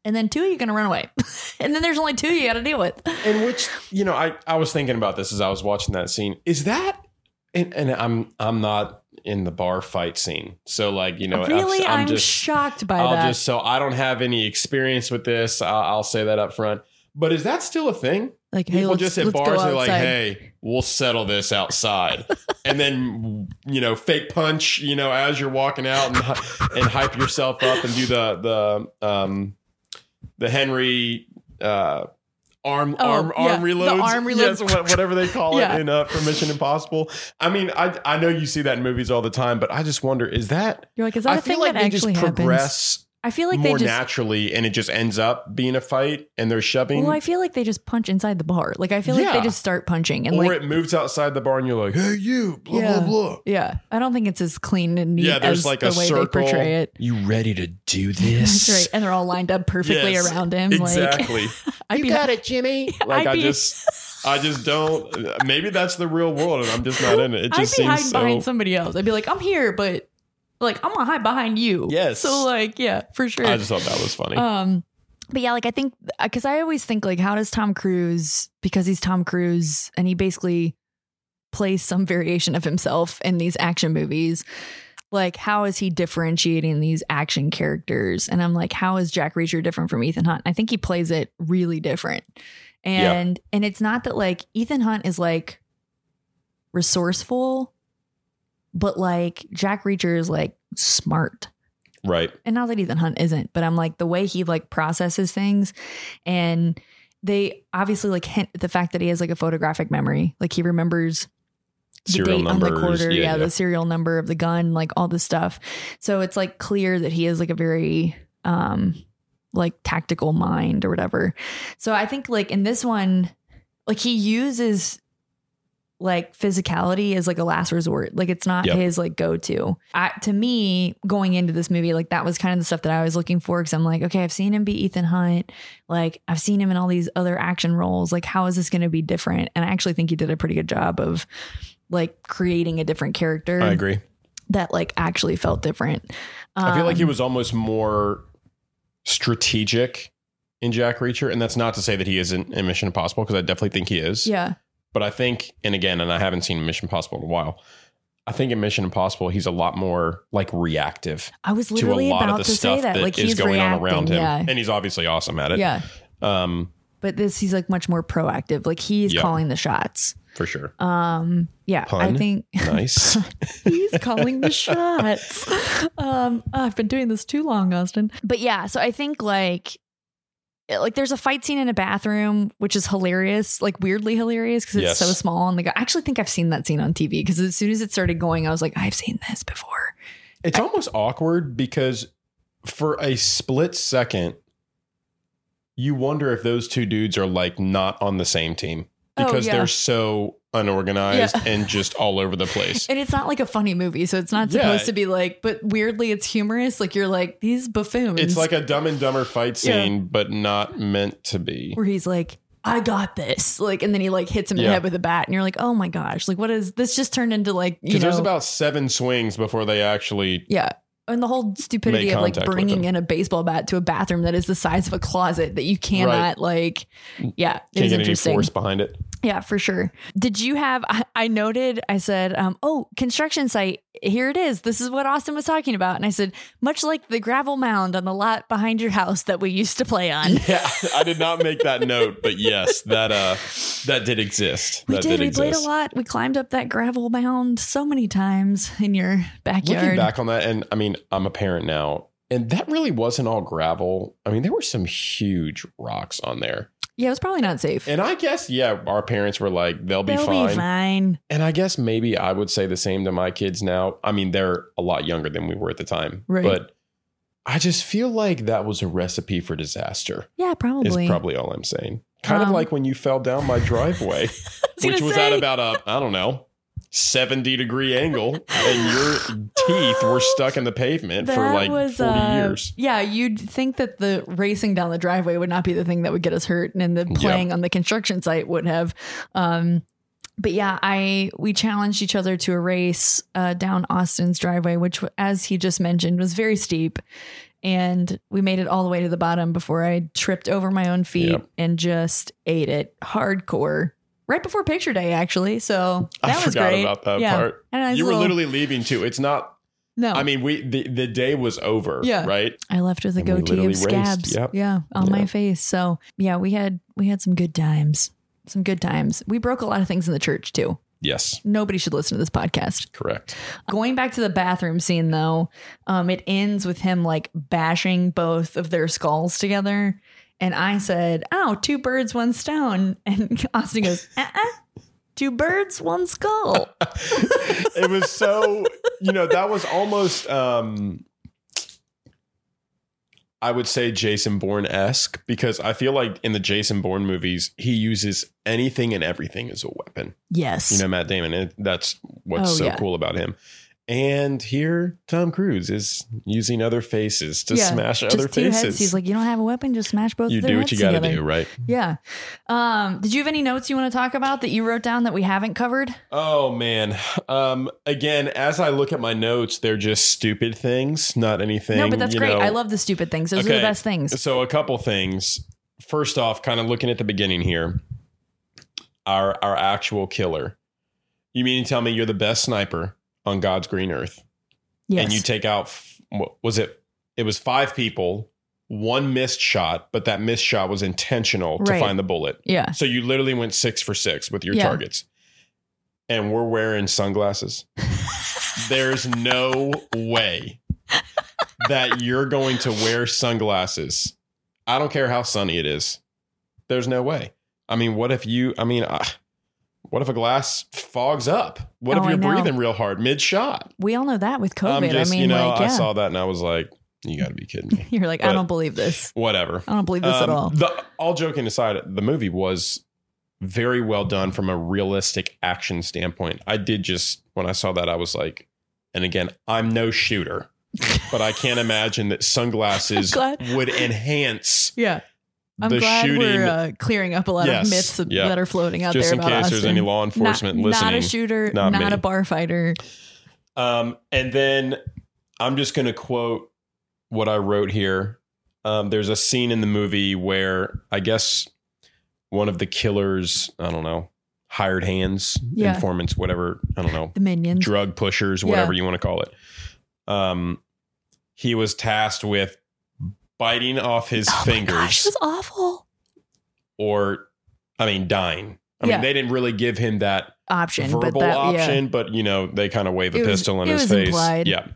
S1: And then two, you're gonna run away, and then there's only two you got to deal with.
S2: And which you know, I I was thinking about this as I was watching that scene. Is that and, and I'm I'm not in the bar fight scene, so like you know,
S1: really,
S2: I'm,
S1: I'm,
S2: just
S1: shocked by
S2: I'll
S1: that.
S2: just so I don't have any experience with this. I'll, I'll say that up front. But is that still a thing?
S1: like, hey,
S2: People
S1: let's,
S2: just
S1: let's
S2: at
S1: go
S2: bars are like,
S1: outside.
S2: "Hey, we'll settle this outside," and then you know, fake punch. You know, as you're walking out and hy- and hype yourself up and do the the um the Henry uh arm
S1: Oh,
S2: arm
S1: yeah,
S2: arm
S1: the
S2: reloads,
S1: arm reload.
S2: yes, wha- whatever they call
S1: Yeah.
S2: it in uh, for Mission Impossible. I mean, I I know you see that in movies all the time, but I just wonder is that.
S1: You're like, is that
S2: I
S1: a thing
S2: feel like
S1: that
S2: they just
S1: actually happens?
S2: progress
S1: I feel like they
S2: more
S1: just.
S2: naturally, and it just ends up being a fight, and they're shoving.
S1: Well, I feel like they just punch inside the bar. Like I feel like
S2: Yeah.
S1: they just start punching and
S2: or
S1: like
S2: it moves outside the bar and you're like, hey, you, blah,
S1: Yeah.
S2: blah, blah.
S1: yeah. I don't think it's as clean and neat
S2: Yeah, there's
S1: as
S2: like
S1: the
S2: a
S1: way
S2: circle.
S1: they portray it.
S2: You ready to do
S1: That's right.
S2: this?
S1: And they're all lined up perfectly
S2: Yes,
S1: around him. Like
S2: Exactly.
S1: I'd be,
S2: it, Jimmy.
S1: I'd
S2: Like I
S1: be-
S2: just, I just don't. Maybe that's the real world, and I'm just not in it. It
S1: I'd be
S2: just
S1: hiding
S2: seems so.
S1: behind somebody else. I'd be like, I'm here, but like I'm gonna hide behind you.
S2: Yes.
S1: So like, yeah, for sure.
S2: I just thought that was funny.
S1: Um, but yeah, like I think because I always think like, how does Tom Cruise because he's Tom Cruise and he basically plays some variation of himself in these action movies. Like, how is he differentiating these action characters? And I'm like, how is Jack Reacher different from Ethan Hunt? I think he plays it really different.
S2: Yeah.
S1: And and it's not that like Ethan Hunt is like resourceful, but like Jack Reacher is like smart
S2: right.
S1: and not that Ethan Hunt isn't, but I'm like the way he like processes things and they obviously like hint at the fact that he has like a photographic memory. Like he remembers the
S2: Serial
S1: date on the
S2: numbers,
S1: quarter,
S2: yeah,
S1: yeah,
S2: yeah.
S1: the serial number of the gun, like all this stuff. So it's like clear that he is like a very um like tactical mind or whatever. So I think like in this one, like he uses like physicality as like a last resort. Like it's not
S2: Yep.
S1: his like go to. I To me, going into this movie, like that was kind of the stuff that I was looking for because I'm like, okay, I've seen him be Ethan Hunt. Like I've seen him in all these other action roles. Like how is this going to be different? And I actually think he did a pretty good job of like creating a different character.
S2: I agree.
S1: that like actually felt different.
S2: I feel
S1: Um,
S2: like he was almost more strategic in Jack Reacher, and that's not to say that he isn't in Mission Impossible because I definitely think he is.
S1: Yeah.
S2: But I think, and again, and I haven't seen Mission Impossible in a while. I think in Mission Impossible, he's a lot more like reactive
S1: I was
S2: to a
S1: literally
S2: lot of
S1: about
S2: the
S1: to say
S2: stuff
S1: that.
S2: that is
S1: like he's
S2: going
S1: reacting.
S2: on around him,
S1: Yeah.
S2: and he's obviously awesome at it.
S1: yeah.
S2: um,
S1: But this he's like much more proactive. Like he's
S2: Yeah.
S1: calling the shots.
S2: for sure.
S1: Um yeah, I
S2: Pun.
S1: think
S2: nice.
S1: he's calling the shots. Um I've been doing this too long, Austin. But yeah, so I think like like there's a fight scene in a bathroom which is hilarious like weirdly hilarious because it's
S2: Yes.
S1: so small and like i actually think i've seen that scene on tv because as soon as it started going i was like i've seen this before
S2: It's almost awkward because for a split second, you wonder if those two dudes are like not on the same team
S1: Oh,
S2: because
S1: yeah.
S2: they're so unorganized
S1: Yeah.
S2: and just all over the place.
S1: And it's not like a funny movie, so it's not
S2: Yeah.
S1: supposed to be like, but weirdly it's humorous. Like you're like, these buffoons.
S2: It's like a dumb and dumber fight
S1: Yeah.
S2: scene, but not meant to be.
S1: where he's like, I got this. Like, and then he like hits him in
S2: Yeah.
S1: the head with a bat, and you're like, oh my gosh, like what is this just turned into like, you
S2: Because
S1: know,
S2: there's about seven swings before they actually.
S1: yeah. And the whole stupidity
S2: Make
S1: of like
S2: contact with
S1: bringing
S2: him.
S1: in a baseball bat to a bathroom that is the size of a closet that you cannot like, yeah, it
S2: Mm, Can't
S1: is
S2: get any
S1: interesting.
S2: force behind it.
S1: Yeah, for sure. Did you have? I, I noted. I said, um, "Oh, construction site. Here it is. This is what Austin was talking about." And I said, "Much like the gravel mound on the lot behind your house that we used to play on."
S2: Yeah, I did not make that note, but yes, that uh, that did exist.
S1: We
S2: that
S1: did. We played a
S2: exist.
S1: lot. We climbed up that gravel mound so many times in your
S2: Looking
S1: backyard.
S2: back on that, and I mean, I'm a parent now, and that really wasn't all gravel. I mean, there were some huge rocks on there,
S1: Yeah, it was probably not safe.
S2: and I guess yeah, our parents were like, "They'll be,
S1: They'll
S2: fine.
S1: be fine.
S2: And I guess maybe I would say the same to my kids now. I mean, they're a lot younger than we were at the time,
S1: Right.
S2: but I just feel like that was a recipe for disaster.
S1: Yeah, probably.
S2: Is probably all I'm saying. Kind
S1: Um,
S2: of like when you fell down my driveway.
S1: gonna
S2: which was
S1: say.
S2: at about a I don't know. 70 degree angle and your teeth were stuck in the pavement
S1: that
S2: for like
S1: was
S2: 40
S1: uh,
S2: years.
S1: Yeah, you'd think that the racing down the driveway would not be the thing that would get us hurt, and then the playing on the construction site would have. Um, but yeah, I we challenged each other to a race uh, down Austin's driveway, which, as he just mentioned, was very steep, and we made it all the way to the bottom before I tripped over my own feet
S2: Yep.
S1: and just ate it hardcore. Right before picture day, actually. So that
S2: I
S1: was
S2: forgot
S1: great.
S2: about that
S1: Yeah.
S2: part.
S1: And I was
S2: You were
S1: little-
S2: literally leaving too. It's not
S1: no.
S2: I mean we the, the day was over,
S1: Yeah.
S2: right?
S1: I left with a
S2: And we
S1: goatee
S2: literally
S1: of scabs.
S2: raced. Yep.
S1: Yeah, on my
S2: Yeah.
S1: face. So yeah, we had we had some good times. Some good times. We broke a lot of things in the church too.
S2: Yes,
S1: Nobody should listen to this podcast.
S2: correct.
S1: Going back to the bathroom scene though, um, it ends with him like bashing both of their skulls together. And I said, "Oh, two birds, one stone." And Austin goes, "Uh-uh, two birds, one skull."
S2: it was so you know that was almost um I would say Jason Bourne esque because I feel like in the Jason Bourne movies he uses anything and everything as a weapon.
S1: Yes.
S2: You know Matt Damon. It, that's what's
S1: Oh,
S2: so
S1: yeah.
S2: cool about him. And here Tom Cruise is using other faces to
S1: Yeah,
S2: smash
S1: just
S2: other
S1: two
S2: faces.
S1: heads. He's like, "You don't have a weapon, just smash both
S2: you
S1: of their
S2: do what
S1: heads
S2: you got to
S1: together."
S2: do, right?
S1: Yeah. Um, did you have any notes you want to talk about that you wrote down that we haven't covered?
S2: Oh man. Um again, as I look at my notes, they're just stupid things, not anything.
S1: no, but that's
S2: you
S1: great.
S2: know,
S1: I love the stupid things. Those are the
S2: Okay.
S1: best things.
S2: So a couple things. First off, kind of looking at the beginning here, our our actual killer. You mean to tell me you're the best sniper on God's green earth,
S1: Yes.
S2: and you take out f- what was it? It was five people, one missed shot, but that missed shot was intentional to
S1: Right.
S2: find the bullet.
S1: yeah.
S2: So you literally went six for six with your
S1: Yeah.
S2: targets, and we're wearing sunglasses. There's no way that you're going to wear sunglasses. I don't care how sunny it is. There's no way. I mean, what if you? I mean, uh, what if a glass fogs up? What
S1: Oh,
S2: if
S1: I
S2: you're
S1: know.
S2: breathing real hard mid shot?
S1: We all know that with
S2: I'm
S1: COVID. I
S2: just,
S1: mean,
S2: you know,
S1: like,
S2: I
S1: yeah.
S2: saw that and I was like, you got to be kidding me.
S1: You're like, I
S2: but-
S1: don't believe this.
S2: Whatever.
S1: I don't believe this at
S2: Um,
S1: all.
S2: The, all joking aside, the movie was very well done from a realistic action standpoint. I did just when I saw that, I was like, and again, I'm no shooter, but I can't imagine that sunglasses
S1: I'm glad-
S2: would enhance
S1: Yeah. I'm
S2: the
S1: glad
S2: shooting.
S1: we're uh, clearing up a lot
S2: Yes.
S1: of myths
S2: Yeah.
S1: that are floating out
S2: just
S1: there
S2: in
S1: about
S2: case
S1: us.
S2: there's any law enforcement
S1: not,
S2: listening,
S1: Not a shooter, not,
S2: Not me.
S1: a bar fighter.
S2: Um, and then I'm just going to quote what I wrote here. Um, there's a scene in the movie where I guess one of the killers, I don't know, hired hands,
S1: Yeah.
S2: informants, whatever, I don't know,
S6: The minions.
S2: drug pushers,
S1: Yeah.
S2: whatever you want to call it. Um, he was tasked with biting off his
S1: Oh my
S2: fingers
S1: gosh, it was awful.
S2: or, I mean, dying. I
S1: Yeah.
S2: mean, they didn't really give him that
S1: Option,
S2: verbal
S1: but that,
S2: option, but you know they kind of wave a
S1: It was-
S2: pistol in
S1: it
S2: his
S1: was
S2: face.
S1: implied.
S2: Yeah.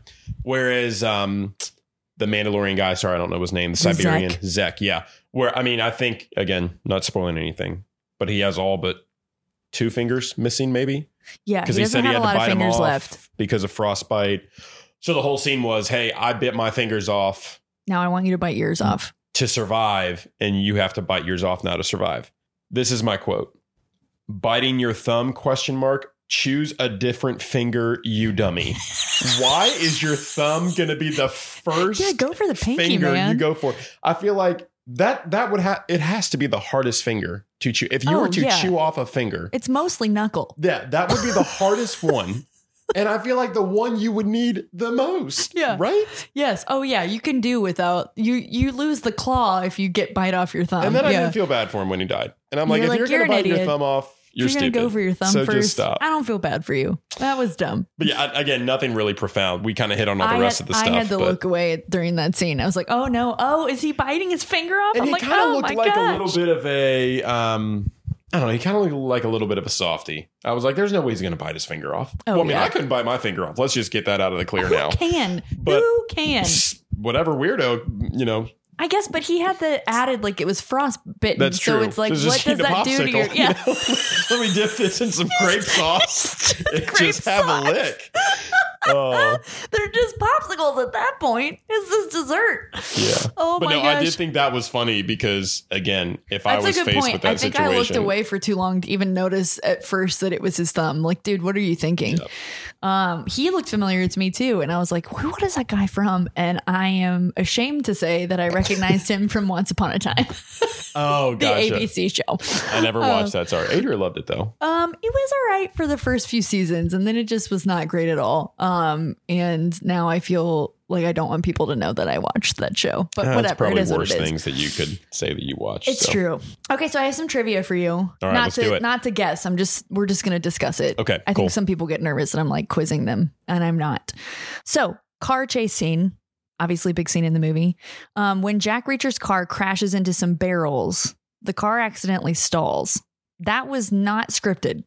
S2: Whereas um, the Mandalorian guy, sorry, I don't know his name, the
S1: Zek.
S2: Siberian Zek. yeah. Where I mean, I think again, not spoiling anything, but he has all but two fingers missing, maybe
S1: Yeah, yeah. Uh, He
S2: because he,
S1: doesn't
S2: said he
S1: have
S2: had
S1: a lot
S2: to
S1: of
S2: bite them
S1: fingers
S2: off
S1: left.
S2: because of frostbite. So the whole scene was, hey, I bit my fingers off
S1: Now I want you to bite yours off.
S2: to survive, and you have to bite yours off now to survive. This is my quote: "Biting your thumb? Question mark. Choose a different finger, you dummy. Why is your thumb going to be the first
S1: Yeah, go for the pinky,
S2: finger
S1: man.
S2: you go for? I feel like that that would have it has to be the hardest finger to chew. If you
S1: Oh,
S2: were to
S1: yeah.
S2: chew off a finger,
S1: it's mostly knuckle.
S2: yeah, that would be the hardest one." And I feel like the one you would need the most.
S1: Yeah.
S2: Right?
S1: Yes. Oh yeah, you can do without you. You lose the claw if you get bite off your thumb.
S2: and then I
S1: Um, yeah.
S2: didn't feel bad for him when he died. And I'm like,
S1: You're
S2: if
S1: like,
S2: you're,
S1: "You're
S2: gonna
S1: an
S2: bite your
S1: idiot.
S2: thumb off, you're,
S1: If
S2: stupid.
S1: gonna go for your thumb
S2: so
S1: first.
S2: just stop.
S1: I don't feel bad for you. That was dumb.
S2: But yeah, I- again, nothing really profound. We kind of hit on all the
S1: I
S2: rest
S1: had,
S2: of the stuff.
S1: I had to
S2: but-
S1: look away during that scene. I was like, oh no, oh, is he biting his finger off?
S2: and
S1: I'm
S2: he
S1: like,
S2: kind of
S1: oh
S2: looked
S1: my
S2: like
S1: gosh.
S2: a little bit of a, um, I don't know. He kind of looked like a little bit of a softy. I was like, there's no way he's gonna bite his finger off.
S1: Oh,
S2: well, I mean,
S1: yeah.
S2: I couldn't bite my finger off. Let's just get that out of the clear
S1: Who
S2: now.
S1: can?
S2: But-
S1: Who can?
S2: Whatever weirdo, you know,
S1: I guess, but he had the added like it was frostbitten.
S2: that's
S1: so
S2: true.
S1: it's like,
S2: Just
S1: what
S2: eat
S1: does
S2: a
S1: that do to your?
S2: popsicle, you
S1: Yeah,
S2: know? Let me dip this in some grape sauce. and just have a
S1: sauce.
S2: lick. Oh.
S1: they're just popsicles at that point. It's just dessert.
S2: Yeah.
S1: Oh
S2: but
S1: my
S2: no,
S1: gosh.
S2: I did think that was funny because again, if I
S1: That's
S2: was
S1: a good
S2: faced
S1: point.
S2: with that
S1: I think
S2: situation,
S1: I looked away for too long to even notice at first that it was his thumb. Like, dude, what are you thinking? Um, he looked familiar to me too, and I was like, "Who- "What is that guy from?" And I am ashamed to say that I recognized him from Once Upon a Time,
S2: Oh,
S1: the
S2: gotcha.
S1: ABC show.
S2: I never watched that. Sorry, Adria loved it though.
S1: Um, it was all right for the first few seasons, and then it just was not great at all. Um, and now I feel like I don't want people to know that I watched that show, but
S2: That's
S1: whatever. It
S2: Uh, probably
S1: is what
S2: worse
S1: it is.
S2: things that you could say that you watched.
S1: It's
S2: so.
S1: true. Okay, so I have some trivia for you.
S2: right,
S1: not
S2: let's
S1: to
S2: do it.
S1: not to guess. I'm just we're just gonna discuss it.
S2: Okay,
S1: I
S2: cool.
S1: think some people get nervous that I'm like quizzing them, and I'm not. So car chase scene, obviously big scene in the movie. Um, when Jack Reacher's car crashes into some barrels, the car accidentally stalls. That was not scripted.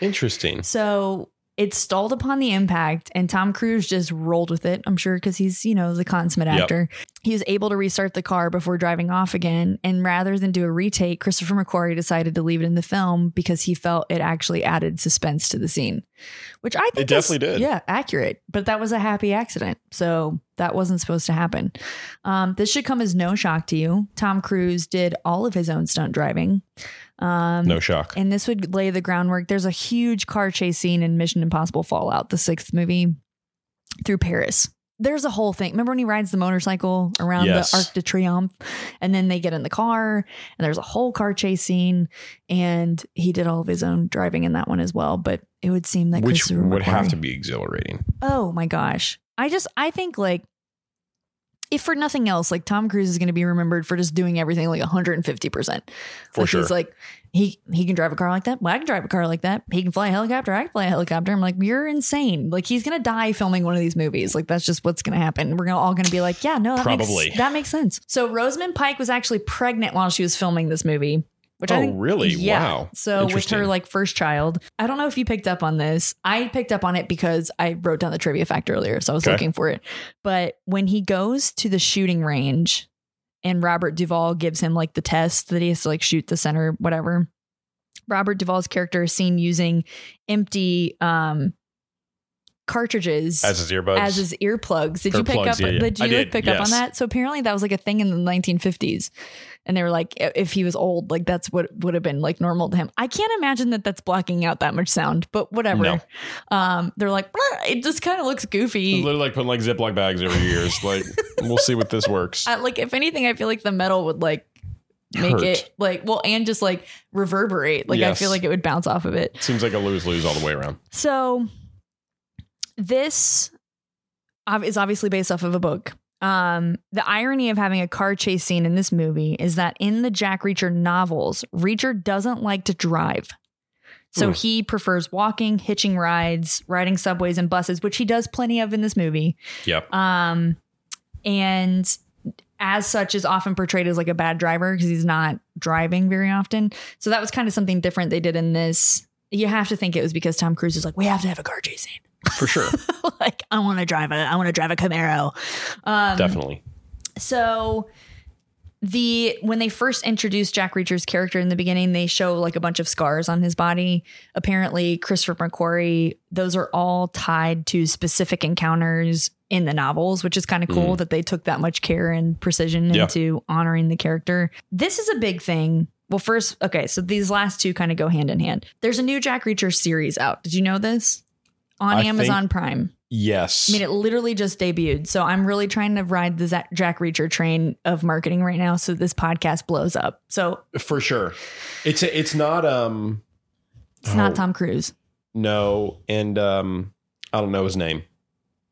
S2: Interesting.
S1: So it stalled upon the impact, and Tom Cruise just rolled with it, I'm sure, because he's, you know, the consummate
S2: Yep.
S1: actor. He was able to restart the car before driving off again. And rather than do a retake, Christopher McQuarrie decided to leave it in the film because he felt it actually added suspense to the scene, which I think
S2: It definitely
S1: was-
S2: did.
S1: Yeah, accurate. But that was a happy accident. So that wasn't supposed to happen. Um, this should come as no shock to you. Tom Cruise did all of his own stunt driving. Um,
S2: No shock.
S1: and this would lay the groundwork. There's a huge car chase scene in Mission Impossible Fallout, the sixth movie, through Paris. There's a whole thing. Remember when he rides the motorcycle around
S2: Yes.
S1: the Arc de Triomphe and then they get in the car and there's a whole car chase scene and he did all of his own driving in that one as well, but it would seem that
S2: Which
S1: Christopher
S2: would have
S1: McQuarrie-
S2: to be exhilarating.
S1: Oh my gosh. I just I think like if for nothing else, like Tom Cruise is going to be remembered for just doing everything like 150%.
S2: For
S1: like
S2: sure.
S1: he's like he he can drive a car like that. Well, I can drive a car like that. He can fly a helicopter. I can fly a helicopter. I'm like, you're insane. Like he's going to die filming one of these movies. Like that's just what's going to happen. We're gonna, all going to be like, yeah, no, that
S2: Probably.
S1: makes, that makes sense. So Rosamund Pike was actually pregnant while she was filming this movie. Which I
S2: Oh,
S1: think,
S2: really?
S1: Yeah.
S2: Wow.
S1: So with her
S2: Interesting.
S1: like first child, I don't know if you picked up on this. I picked up on it because I wrote down the trivia fact earlier, so I was
S2: Okay.
S1: looking for it. But when he goes to the shooting range, and Robert Duvall gives him like the test that he has to like shoot the center, whatever. Robert Duvall's character is seen using empty um cartridges
S2: As his earbuds.
S1: as his earplugs. Did
S2: Or
S1: you pick
S2: plugs,
S1: up?
S2: yeah, yeah.
S1: Did
S2: I
S1: you
S2: did,
S1: pick up on
S2: yes.
S1: that? So apparently that was like a thing in the 1950s, and they were like, i- if he was old, like that's what would have been like normal to him. I can't imagine that that's blocking out that much sound, but whatever.
S2: No.
S1: Um, they're like, "Bleh," it just kind of looks goofy.
S2: Literally like putting like Ziploc bags over your ears. Like we'll see what this works.
S1: I, like if anything, I feel like the metal would like make
S2: Hurt.
S1: it like well, and just like reverberate. Like I
S2: Yes.
S1: feel like it would bounce off of it.
S2: Seems like a lose lose all the way around.
S1: So this ob- is obviously based off of a book. Um, the irony of having a car chase scene in this movie is that in the Jack Reacher novels, Reacher doesn't like to drive. So he prefers walking, hitching rides, riding subways and buses, which he does plenty of in this movie.
S2: Yep.
S1: Um, and as such is often portrayed as like a bad driver because he's not driving very often. So that was kind of something different they did in this. You have to think it was because Tom Cruise is like, we have to have a car chase scene.
S2: for sure.
S1: like, I want to drive a, I want to drive a Camaro. um,
S2: Definitely.
S1: So the when they first introduced Jack Reacher's character in the beginning, they show like a bunch of scars on his body. Apparently, Christopher McQuarrie, those are all tied to specific encounters in the novels, which is kind of cool that they took that much care and precision
S2: Mm. Yeah.
S1: into honoring the character. This is a big thing. Well, first, okay, so these last two kind of go hand in hand. There's a new Jack Reacher series out. Did you know this? On
S2: I think-
S1: Amazon Prime.
S2: Yes.
S1: I mean, it literally just debuted. So I'm really trying to ride the Zac- Jack Reacher train of marketing right now so this podcast blows up. So
S2: for sure. It's it's not um
S1: it's not
S2: Oh.
S1: Tom Cruise.
S2: no and um I don't know his name,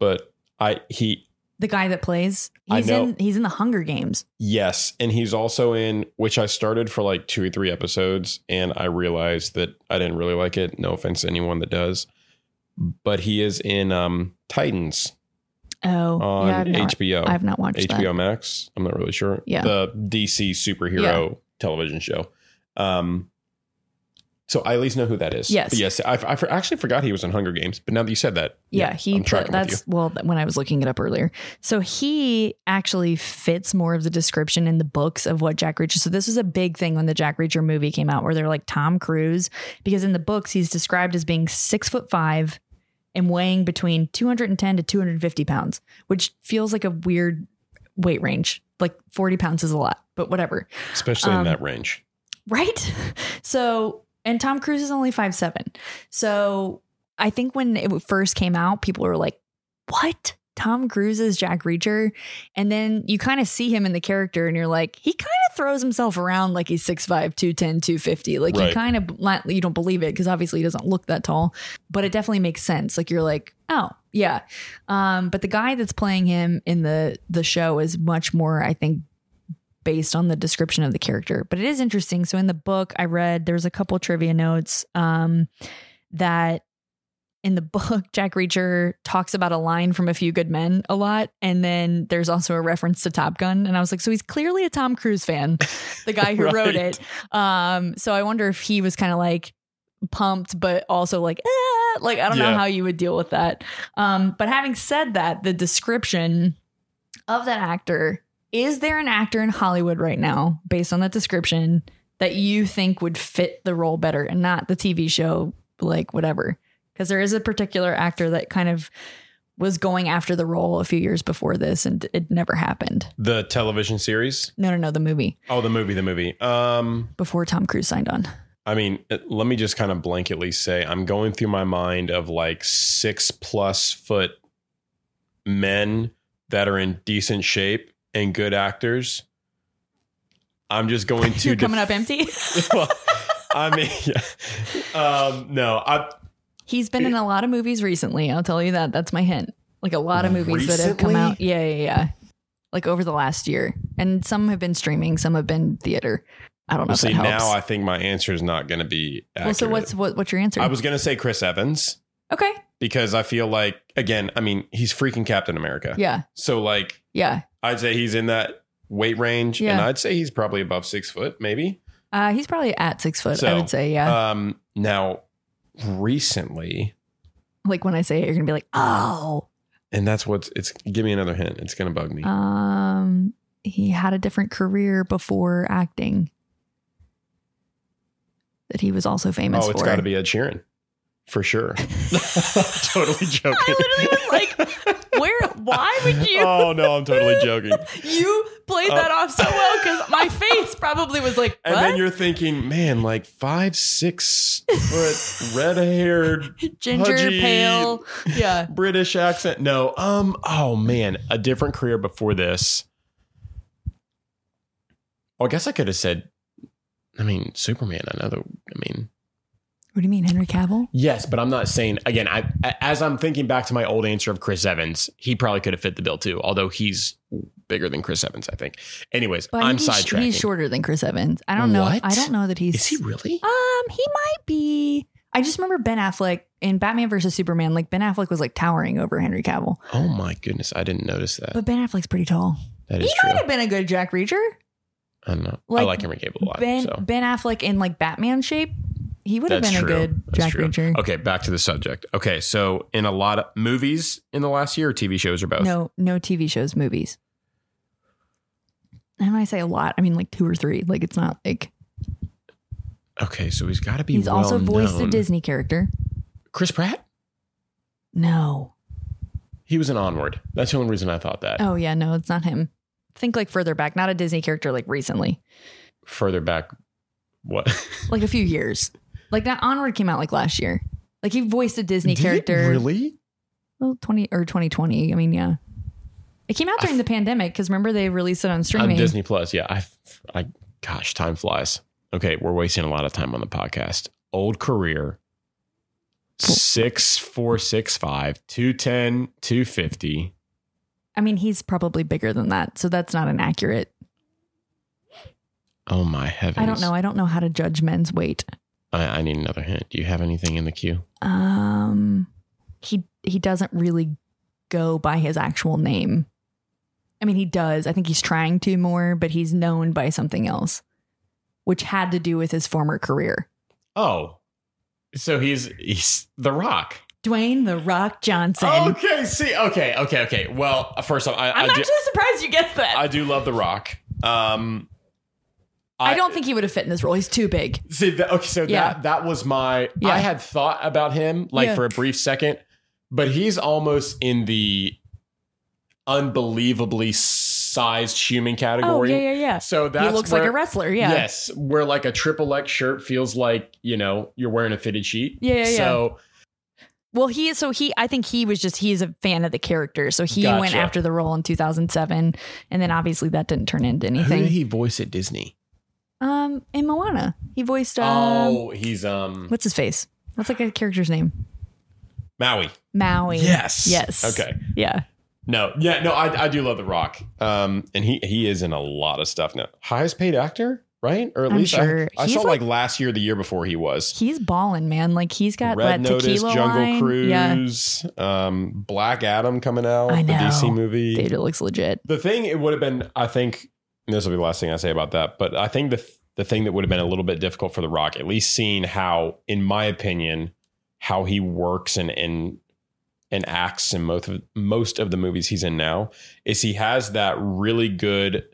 S2: but I he
S1: The guy that plays,
S2: I
S1: he's
S2: know.
S1: in he's in the Hunger Games.
S2: yes and he's also in which I started for like two or three episodes and I realized that I didn't really like it. No offense to anyone that does, but he is in um Titans
S1: Oh,
S2: on
S1: yeah, I've not,
S2: HBO.
S1: I've not watched
S2: HBO Max. I'm not really sure.
S1: Yeah.
S2: The DC superhero television show. Um, so I at least know who that is.
S1: Yes.
S2: But yes. I, I for- actually forgot he was in Hunger Games, but now that you said that,
S1: Yeah, he
S2: I'm tracking with
S1: that's well th- when I was looking it up earlier. So he actually fits more of the description in the books of what Jack Reacher. So this was a big thing when the Jack Reacher movie came out where they're like Tom Cruise because in the books he's described as being 6 foot 5 and weighing between 210 to 250 pounds, which feels like a weird weight range. Like 40 pounds is a lot, but whatever.
S2: you, especially in
S1: Um,
S2: that range.
S1: Right? So, and Tom Cruise is only five seven. So, I think when it first came out, people were like, "What? Tom Cruise is Jack Reacher?" And then you kind of see him in the character and you're like, "He kind of throws himself around like he's 6'5", 210, 250. Like you
S2: Right.
S1: kind of you don't believe it because obviously he doesn't look that tall, but it definitely makes sense. Like you're like, "Oh, yeah." Um, but the guy that's playing him in the the show is much more, I think, based on the description of the character. But it is interesting. So in the book I read, there's a couple trivia notes um, that in the book Jack Reacher talks about a line from A Few Good Men a lot, and then there's also a reference to Top Gun. And I was like, so he's clearly a Tom Cruise fan, the guy who wrote
S2: Right.
S1: it. Um, so I wonder if he was kind of like pumped, but also like, ah, like I don't know
S2: Yeah.
S1: how you would deal with that. Um, but having said that, the description of that actor is there an actor in Hollywood right now, based on that description, that you think would fit the role better and not the TV show, like whatever? Because there is a particular actor that kind of was going after the role a few years before this and it never happened.
S2: The television series.
S1: No, no, no, the movie
S2: Oh, the movie, the movie. Um,
S1: before Tom Cruise signed on.
S2: I mean, uh, let me just kind of blanketly say I'm going through my mind of like six plus foot men that are in decent shape and good actors. I'm just going to
S1: You're coming
S2: def-
S1: up empty.
S2: well, I mean, yeah. um, no, I
S1: He's been in a lot of movies recently. I'll tell you that. That's my hint. Like a lot of movies that have come
S2: Recently?
S1: out. Yeah, yeah, yeah. Like over the last year. And some have been streaming, some have been theater. I don't know
S2: see
S1: if that helps.
S2: now. I think my answer is not going to be accurate.
S1: well, so what's what, what's your answer?
S2: I was going to say Chris Evans
S1: okay.
S2: because I feel like again, I mean, he's freaking Captain America.
S1: Yeah.
S2: So like,
S1: Yeah.
S2: I'd say he's in that weight range, and
S1: Yeah.
S2: I'd say he's probably above six foot, maybe.
S1: Uh, he's probably at six foot, I
S2: So,
S1: would say. Yeah.
S2: Um, now, recently,
S1: like when I say it, you're going to be like, oh,
S2: and that's what's it's. Give me another hint. It's going to bug me.
S1: um, he had a different career before acting that he was also famous
S2: oh, it's
S1: for.
S2: got to be Ed Sheeran, for sure. totally joking.
S1: I literally was like, where, why would you?
S2: Oh no, I'm totally joking. Uh,
S1: You played that off so well because my face probably was like,
S2: And then
S1: what?
S2: you're thinking, man, like five, six foot, red haired,
S1: Ginger,
S2: pudgy-
S1: pale. Yeah.
S2: British accent. No, um, oh man, a different career before this. Oh, I guess I could have said, I mean, Superman. I know the, I mean,
S1: What do you mean, Henry Cavill?
S2: Yes, but I'm not saying again. I as I'm thinking back to my old answer of Chris Evans, he probably could have fit the bill too. Although he's bigger than Chris Evans, I think. Anyways,
S1: But I
S2: I'm
S1: think he's,
S2: sidetracking.
S1: he's shorter than Chris Evans. I don't know.
S2: What?
S1: I don't know that he's.
S2: Is he really?
S1: Um, he might be. I just remember Ben Affleck in Batman versus Superman. Like Ben Affleck was like towering over Henry Cavill,
S2: Oh my goodness, I didn't notice that.
S1: but Ben Affleck's pretty tall.
S2: that
S1: He
S2: is true.
S1: might have been a good Jack Reacher.
S2: I don't know. I
S1: like,
S2: like Henry Cavill a lot.
S1: Ben
S2: so.
S1: Ben Affleck in like Batman shape, he would have been a good
S2: That's
S1: Jack
S2: true.
S1: Reacher.
S2: Okay, back to the subject. Okay, so in a lot of movies in the last year, or TV shows, or both.
S1: No, no TV shows, movies. And when I say a lot, I mean like two or three. Like it's not like
S2: Okay, so he's got to be.
S1: he's
S2: well
S1: also voiced
S2: known.
S1: a Disney character.
S2: Chris Pratt.
S1: No.
S2: He was an Onward. That's the only reason I thought that.
S1: Oh yeah, no, it's not him. Think like further back, not a Disney character like recently.
S2: Further back, what?
S1: Like a few years. Like that Onward came out like last year. Like he voiced a Disney
S2: Did it
S1: character.
S2: really?
S1: Well, 20 or 2020. I mean, yeah. It came out during the pandemic because remember they released it on streaming.
S2: On Disney Plus. Yeah, I, I, gosh, time flies. Okay, we're wasting a lot of time on the podcast. Old career. 6465 210 250
S1: I mean, he's probably bigger than that. So that's not an accurate.
S2: oh my heavens
S1: I don't know. I don't know how to judge men's weight.
S2: I, I need another hint. Do you have anything in the queue?
S1: Um, he he doesn't really go by his actual name. I mean, he does. I think he's trying to more, but he's known by something else, which had to do with his former career.
S2: Oh, so he's he's The Rock.
S1: Dwayne the Rock Johnson.
S2: Okay, see, okay, okay, okay. Well, first off,
S1: Oh,
S2: I
S1: I'm
S2: I do,
S1: actually surprised you guessed that.
S2: I do love The Rock. Um,
S1: I, don't think he would have fit in this role. He's too big.
S2: see. That, okay, so
S1: Yeah.
S2: that that was my.
S1: Yeah.
S2: I had thought about him like
S1: Yeah.
S2: for a brief second, but he's almost in the unbelievably sized human category.
S1: Oh, yeah, yeah, yeah.
S2: So that's
S1: he looks like
S2: where-
S1: a wrestler. Yeah.
S2: Yes, where like a triple X shirt feels like you know you're wearing a fitted sheet.
S1: Yeah, yeah, yeah.
S2: So
S1: Well, he so he I think he was just he's a fan of the character, so he went
S2: Gotcha.
S1: after the role in 2007, and then obviously that didn't turn into
S2: who
S1: anything.
S2: did he voice at Disney?
S1: um, in Moana, he voiced um,
S2: oh, he's um
S1: what's his face? What's like a character's name?
S2: Maui.
S1: Maui.
S2: Yes.
S1: Yes.
S2: Okay.
S1: Yeah.
S2: No, yeah, no, I, I do love The Rock. Um, and he he is in a lot of stuff now. Highest paid actor, right? Or at
S1: I'm
S2: least
S1: sure.
S2: I, I
S1: He's
S2: saw
S1: like-
S2: like, last year, the year before he was.
S1: He's balling, man. Like he's got
S2: Red
S1: that
S2: Notice,
S1: tequila
S2: Jungle
S1: line. Yeah.
S2: Cruise, um, Black Adam coming out,
S1: I
S2: the
S1: know.
S2: DC movie.
S1: Dude, it looks legit.
S2: The thing it would have been, I think, and this will be the last thing I say about that, but I think the the thing that would have been a little bit difficult for The Rock, at least seeing how, in my opinion, how he works and and and acts in most of most of the movies he's in now, is he has that really good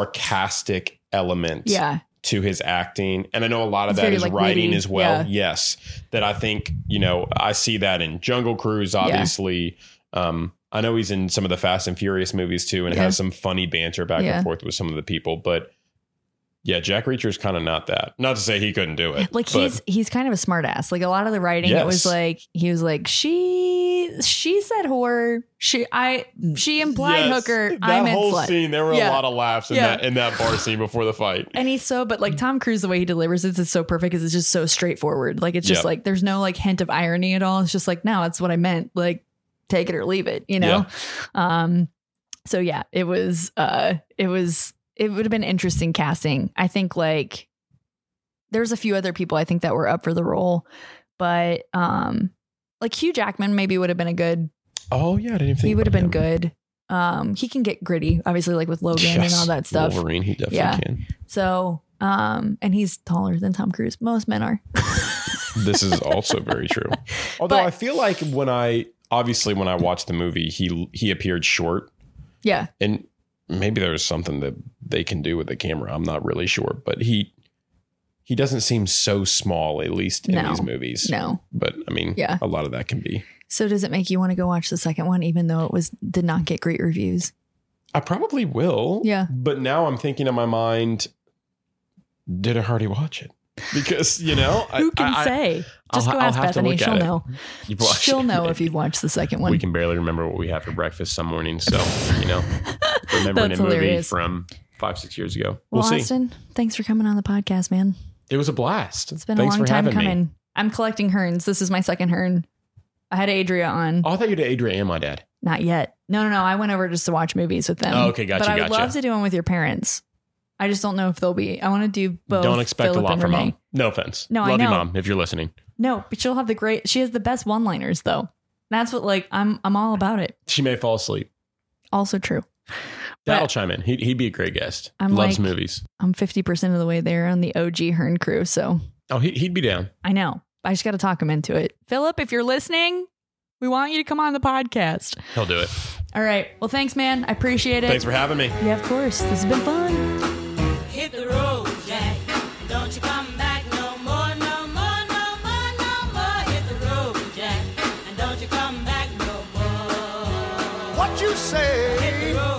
S2: sarcastic element
S1: Yeah.
S2: to his acting. And I know a lot of
S1: It's
S2: that is
S1: very, like,
S2: writing
S1: witty.
S2: as well.
S1: Yeah.
S2: Yes. That I think, you know, I see that in Jungle Cruise, obviously. Um, I know he's in some of the Fast and Furious movies too and
S1: Yeah.
S2: has some funny banter back
S1: Yeah.
S2: and forth with some of the people. But yeah, Jack Reacher's kind of not that. Not to say he couldn't do it.
S1: like
S2: but
S1: he's he's kind of a smartass. Like a lot of the writing, it was
S2: Yes.
S1: like he was like she she said whore. She I she implied
S2: Yes.
S1: hooker.
S2: That
S1: I meant
S2: whole
S1: slut.
S2: scene, there were
S1: Yeah.
S2: a lot of laughs in
S1: Yeah.
S2: that in that bar scene before the fight.
S1: And he's so, but like Tom Cruise, the way he delivers this is so perfect because it's just so straightforward. Like it's just
S2: Yep.
S1: like there's no like hint of irony at all. It's just like no, that's what I meant. Like take it or leave it, you know. Um. So yeah, it was. Uh. It was. It would have been interesting casting. I think like there's a few other people I think that were up for the role, but um, like Hugh Jackman maybe would have been a good.
S2: Oh yeah, I didn't even think
S1: He would have
S2: about
S1: been
S2: him.
S1: good. Um, he can get gritty, obviously, like with Logan and
S2: Yes.
S1: all that stuff.
S2: Wolverine, he definitely
S1: Yeah.
S2: can.
S1: So, um, and he's taller than Tom Cruise. Most men are.
S2: This is also very true. Although
S1: But-
S2: I feel like when I obviously when I watched the movie, he he appeared short,
S1: yeah.
S2: and maybe there was something that they can do with the camera. I'm not really sure, but he he doesn't seem so small, at least in
S1: No.
S2: these movies.
S1: No.
S2: But I mean,
S1: Yeah.
S2: a lot of that can be.
S1: So does it make you want to go watch the second one, even though it was did not get great reviews?
S2: I probably will.
S1: Yeah.
S2: But now I'm thinking in my mind, did I already watch it? Because you know, I-
S1: Who can
S2: I- I-
S1: say? Just
S2: I'll-
S1: go
S2: I'll
S1: ask
S2: have to
S1: Bethany.
S2: look at
S1: She'll
S2: it.
S1: know.
S2: You've watched
S1: She'll
S2: it.
S1: know if you've watched the second one.
S2: We can barely remember what we had for breakfast some morning. So, you know, remembering
S1: That's
S2: a movie
S1: hilarious.
S2: from five, six years ago.
S1: well,
S2: We'll see.
S1: Austin, thanks for coming on the podcast, man.
S2: It was a blast.
S1: It's been
S2: Thanks
S1: a long
S2: for
S1: time
S2: having me.
S1: coming. I'm collecting herns. This is my second hern. I had Adria on.
S2: Oh, I thought you did Adria and my dad.
S1: Not yet. No, no, no. I went over just to watch movies with them.
S2: Oh, okay, gotcha,
S1: But I would
S2: gotcha.
S1: love to do one with your parents. I just don't know if they'll be. I want to do both.
S2: Don't expect
S1: Philip
S2: a lot
S1: and
S2: from
S1: Renee.
S2: mom. No offense.
S1: No, I
S2: Love you,
S1: know.
S2: mom, if you're listening.
S1: No, but she'll have the great. She has the best one-liners though. That's what like I'm. I'm all about it.
S2: She may fall asleep.
S1: Also true.
S2: That'll
S1: But-
S2: chime in. He'd, he'd be a great guest.
S1: I'm
S2: Loves
S1: like-
S2: movies.
S1: I'm 50% of the way there on the OG Hearn crew. So
S2: Oh, he, he'd be down.
S1: I know. I just got to talk him into it. Philip, if you're listening, we want you to come on the podcast.
S2: He'll do it.
S1: All right. Well, thanks, man. I appreciate it.
S2: Thanks for having me.
S1: yeah, of course. This has been fun.
S9: Hit the road, Oh, Jack. Don't you come back no more, no more, no more, no more. Hit the road, Jack. And don't you come back no more. What you say? Hit the road.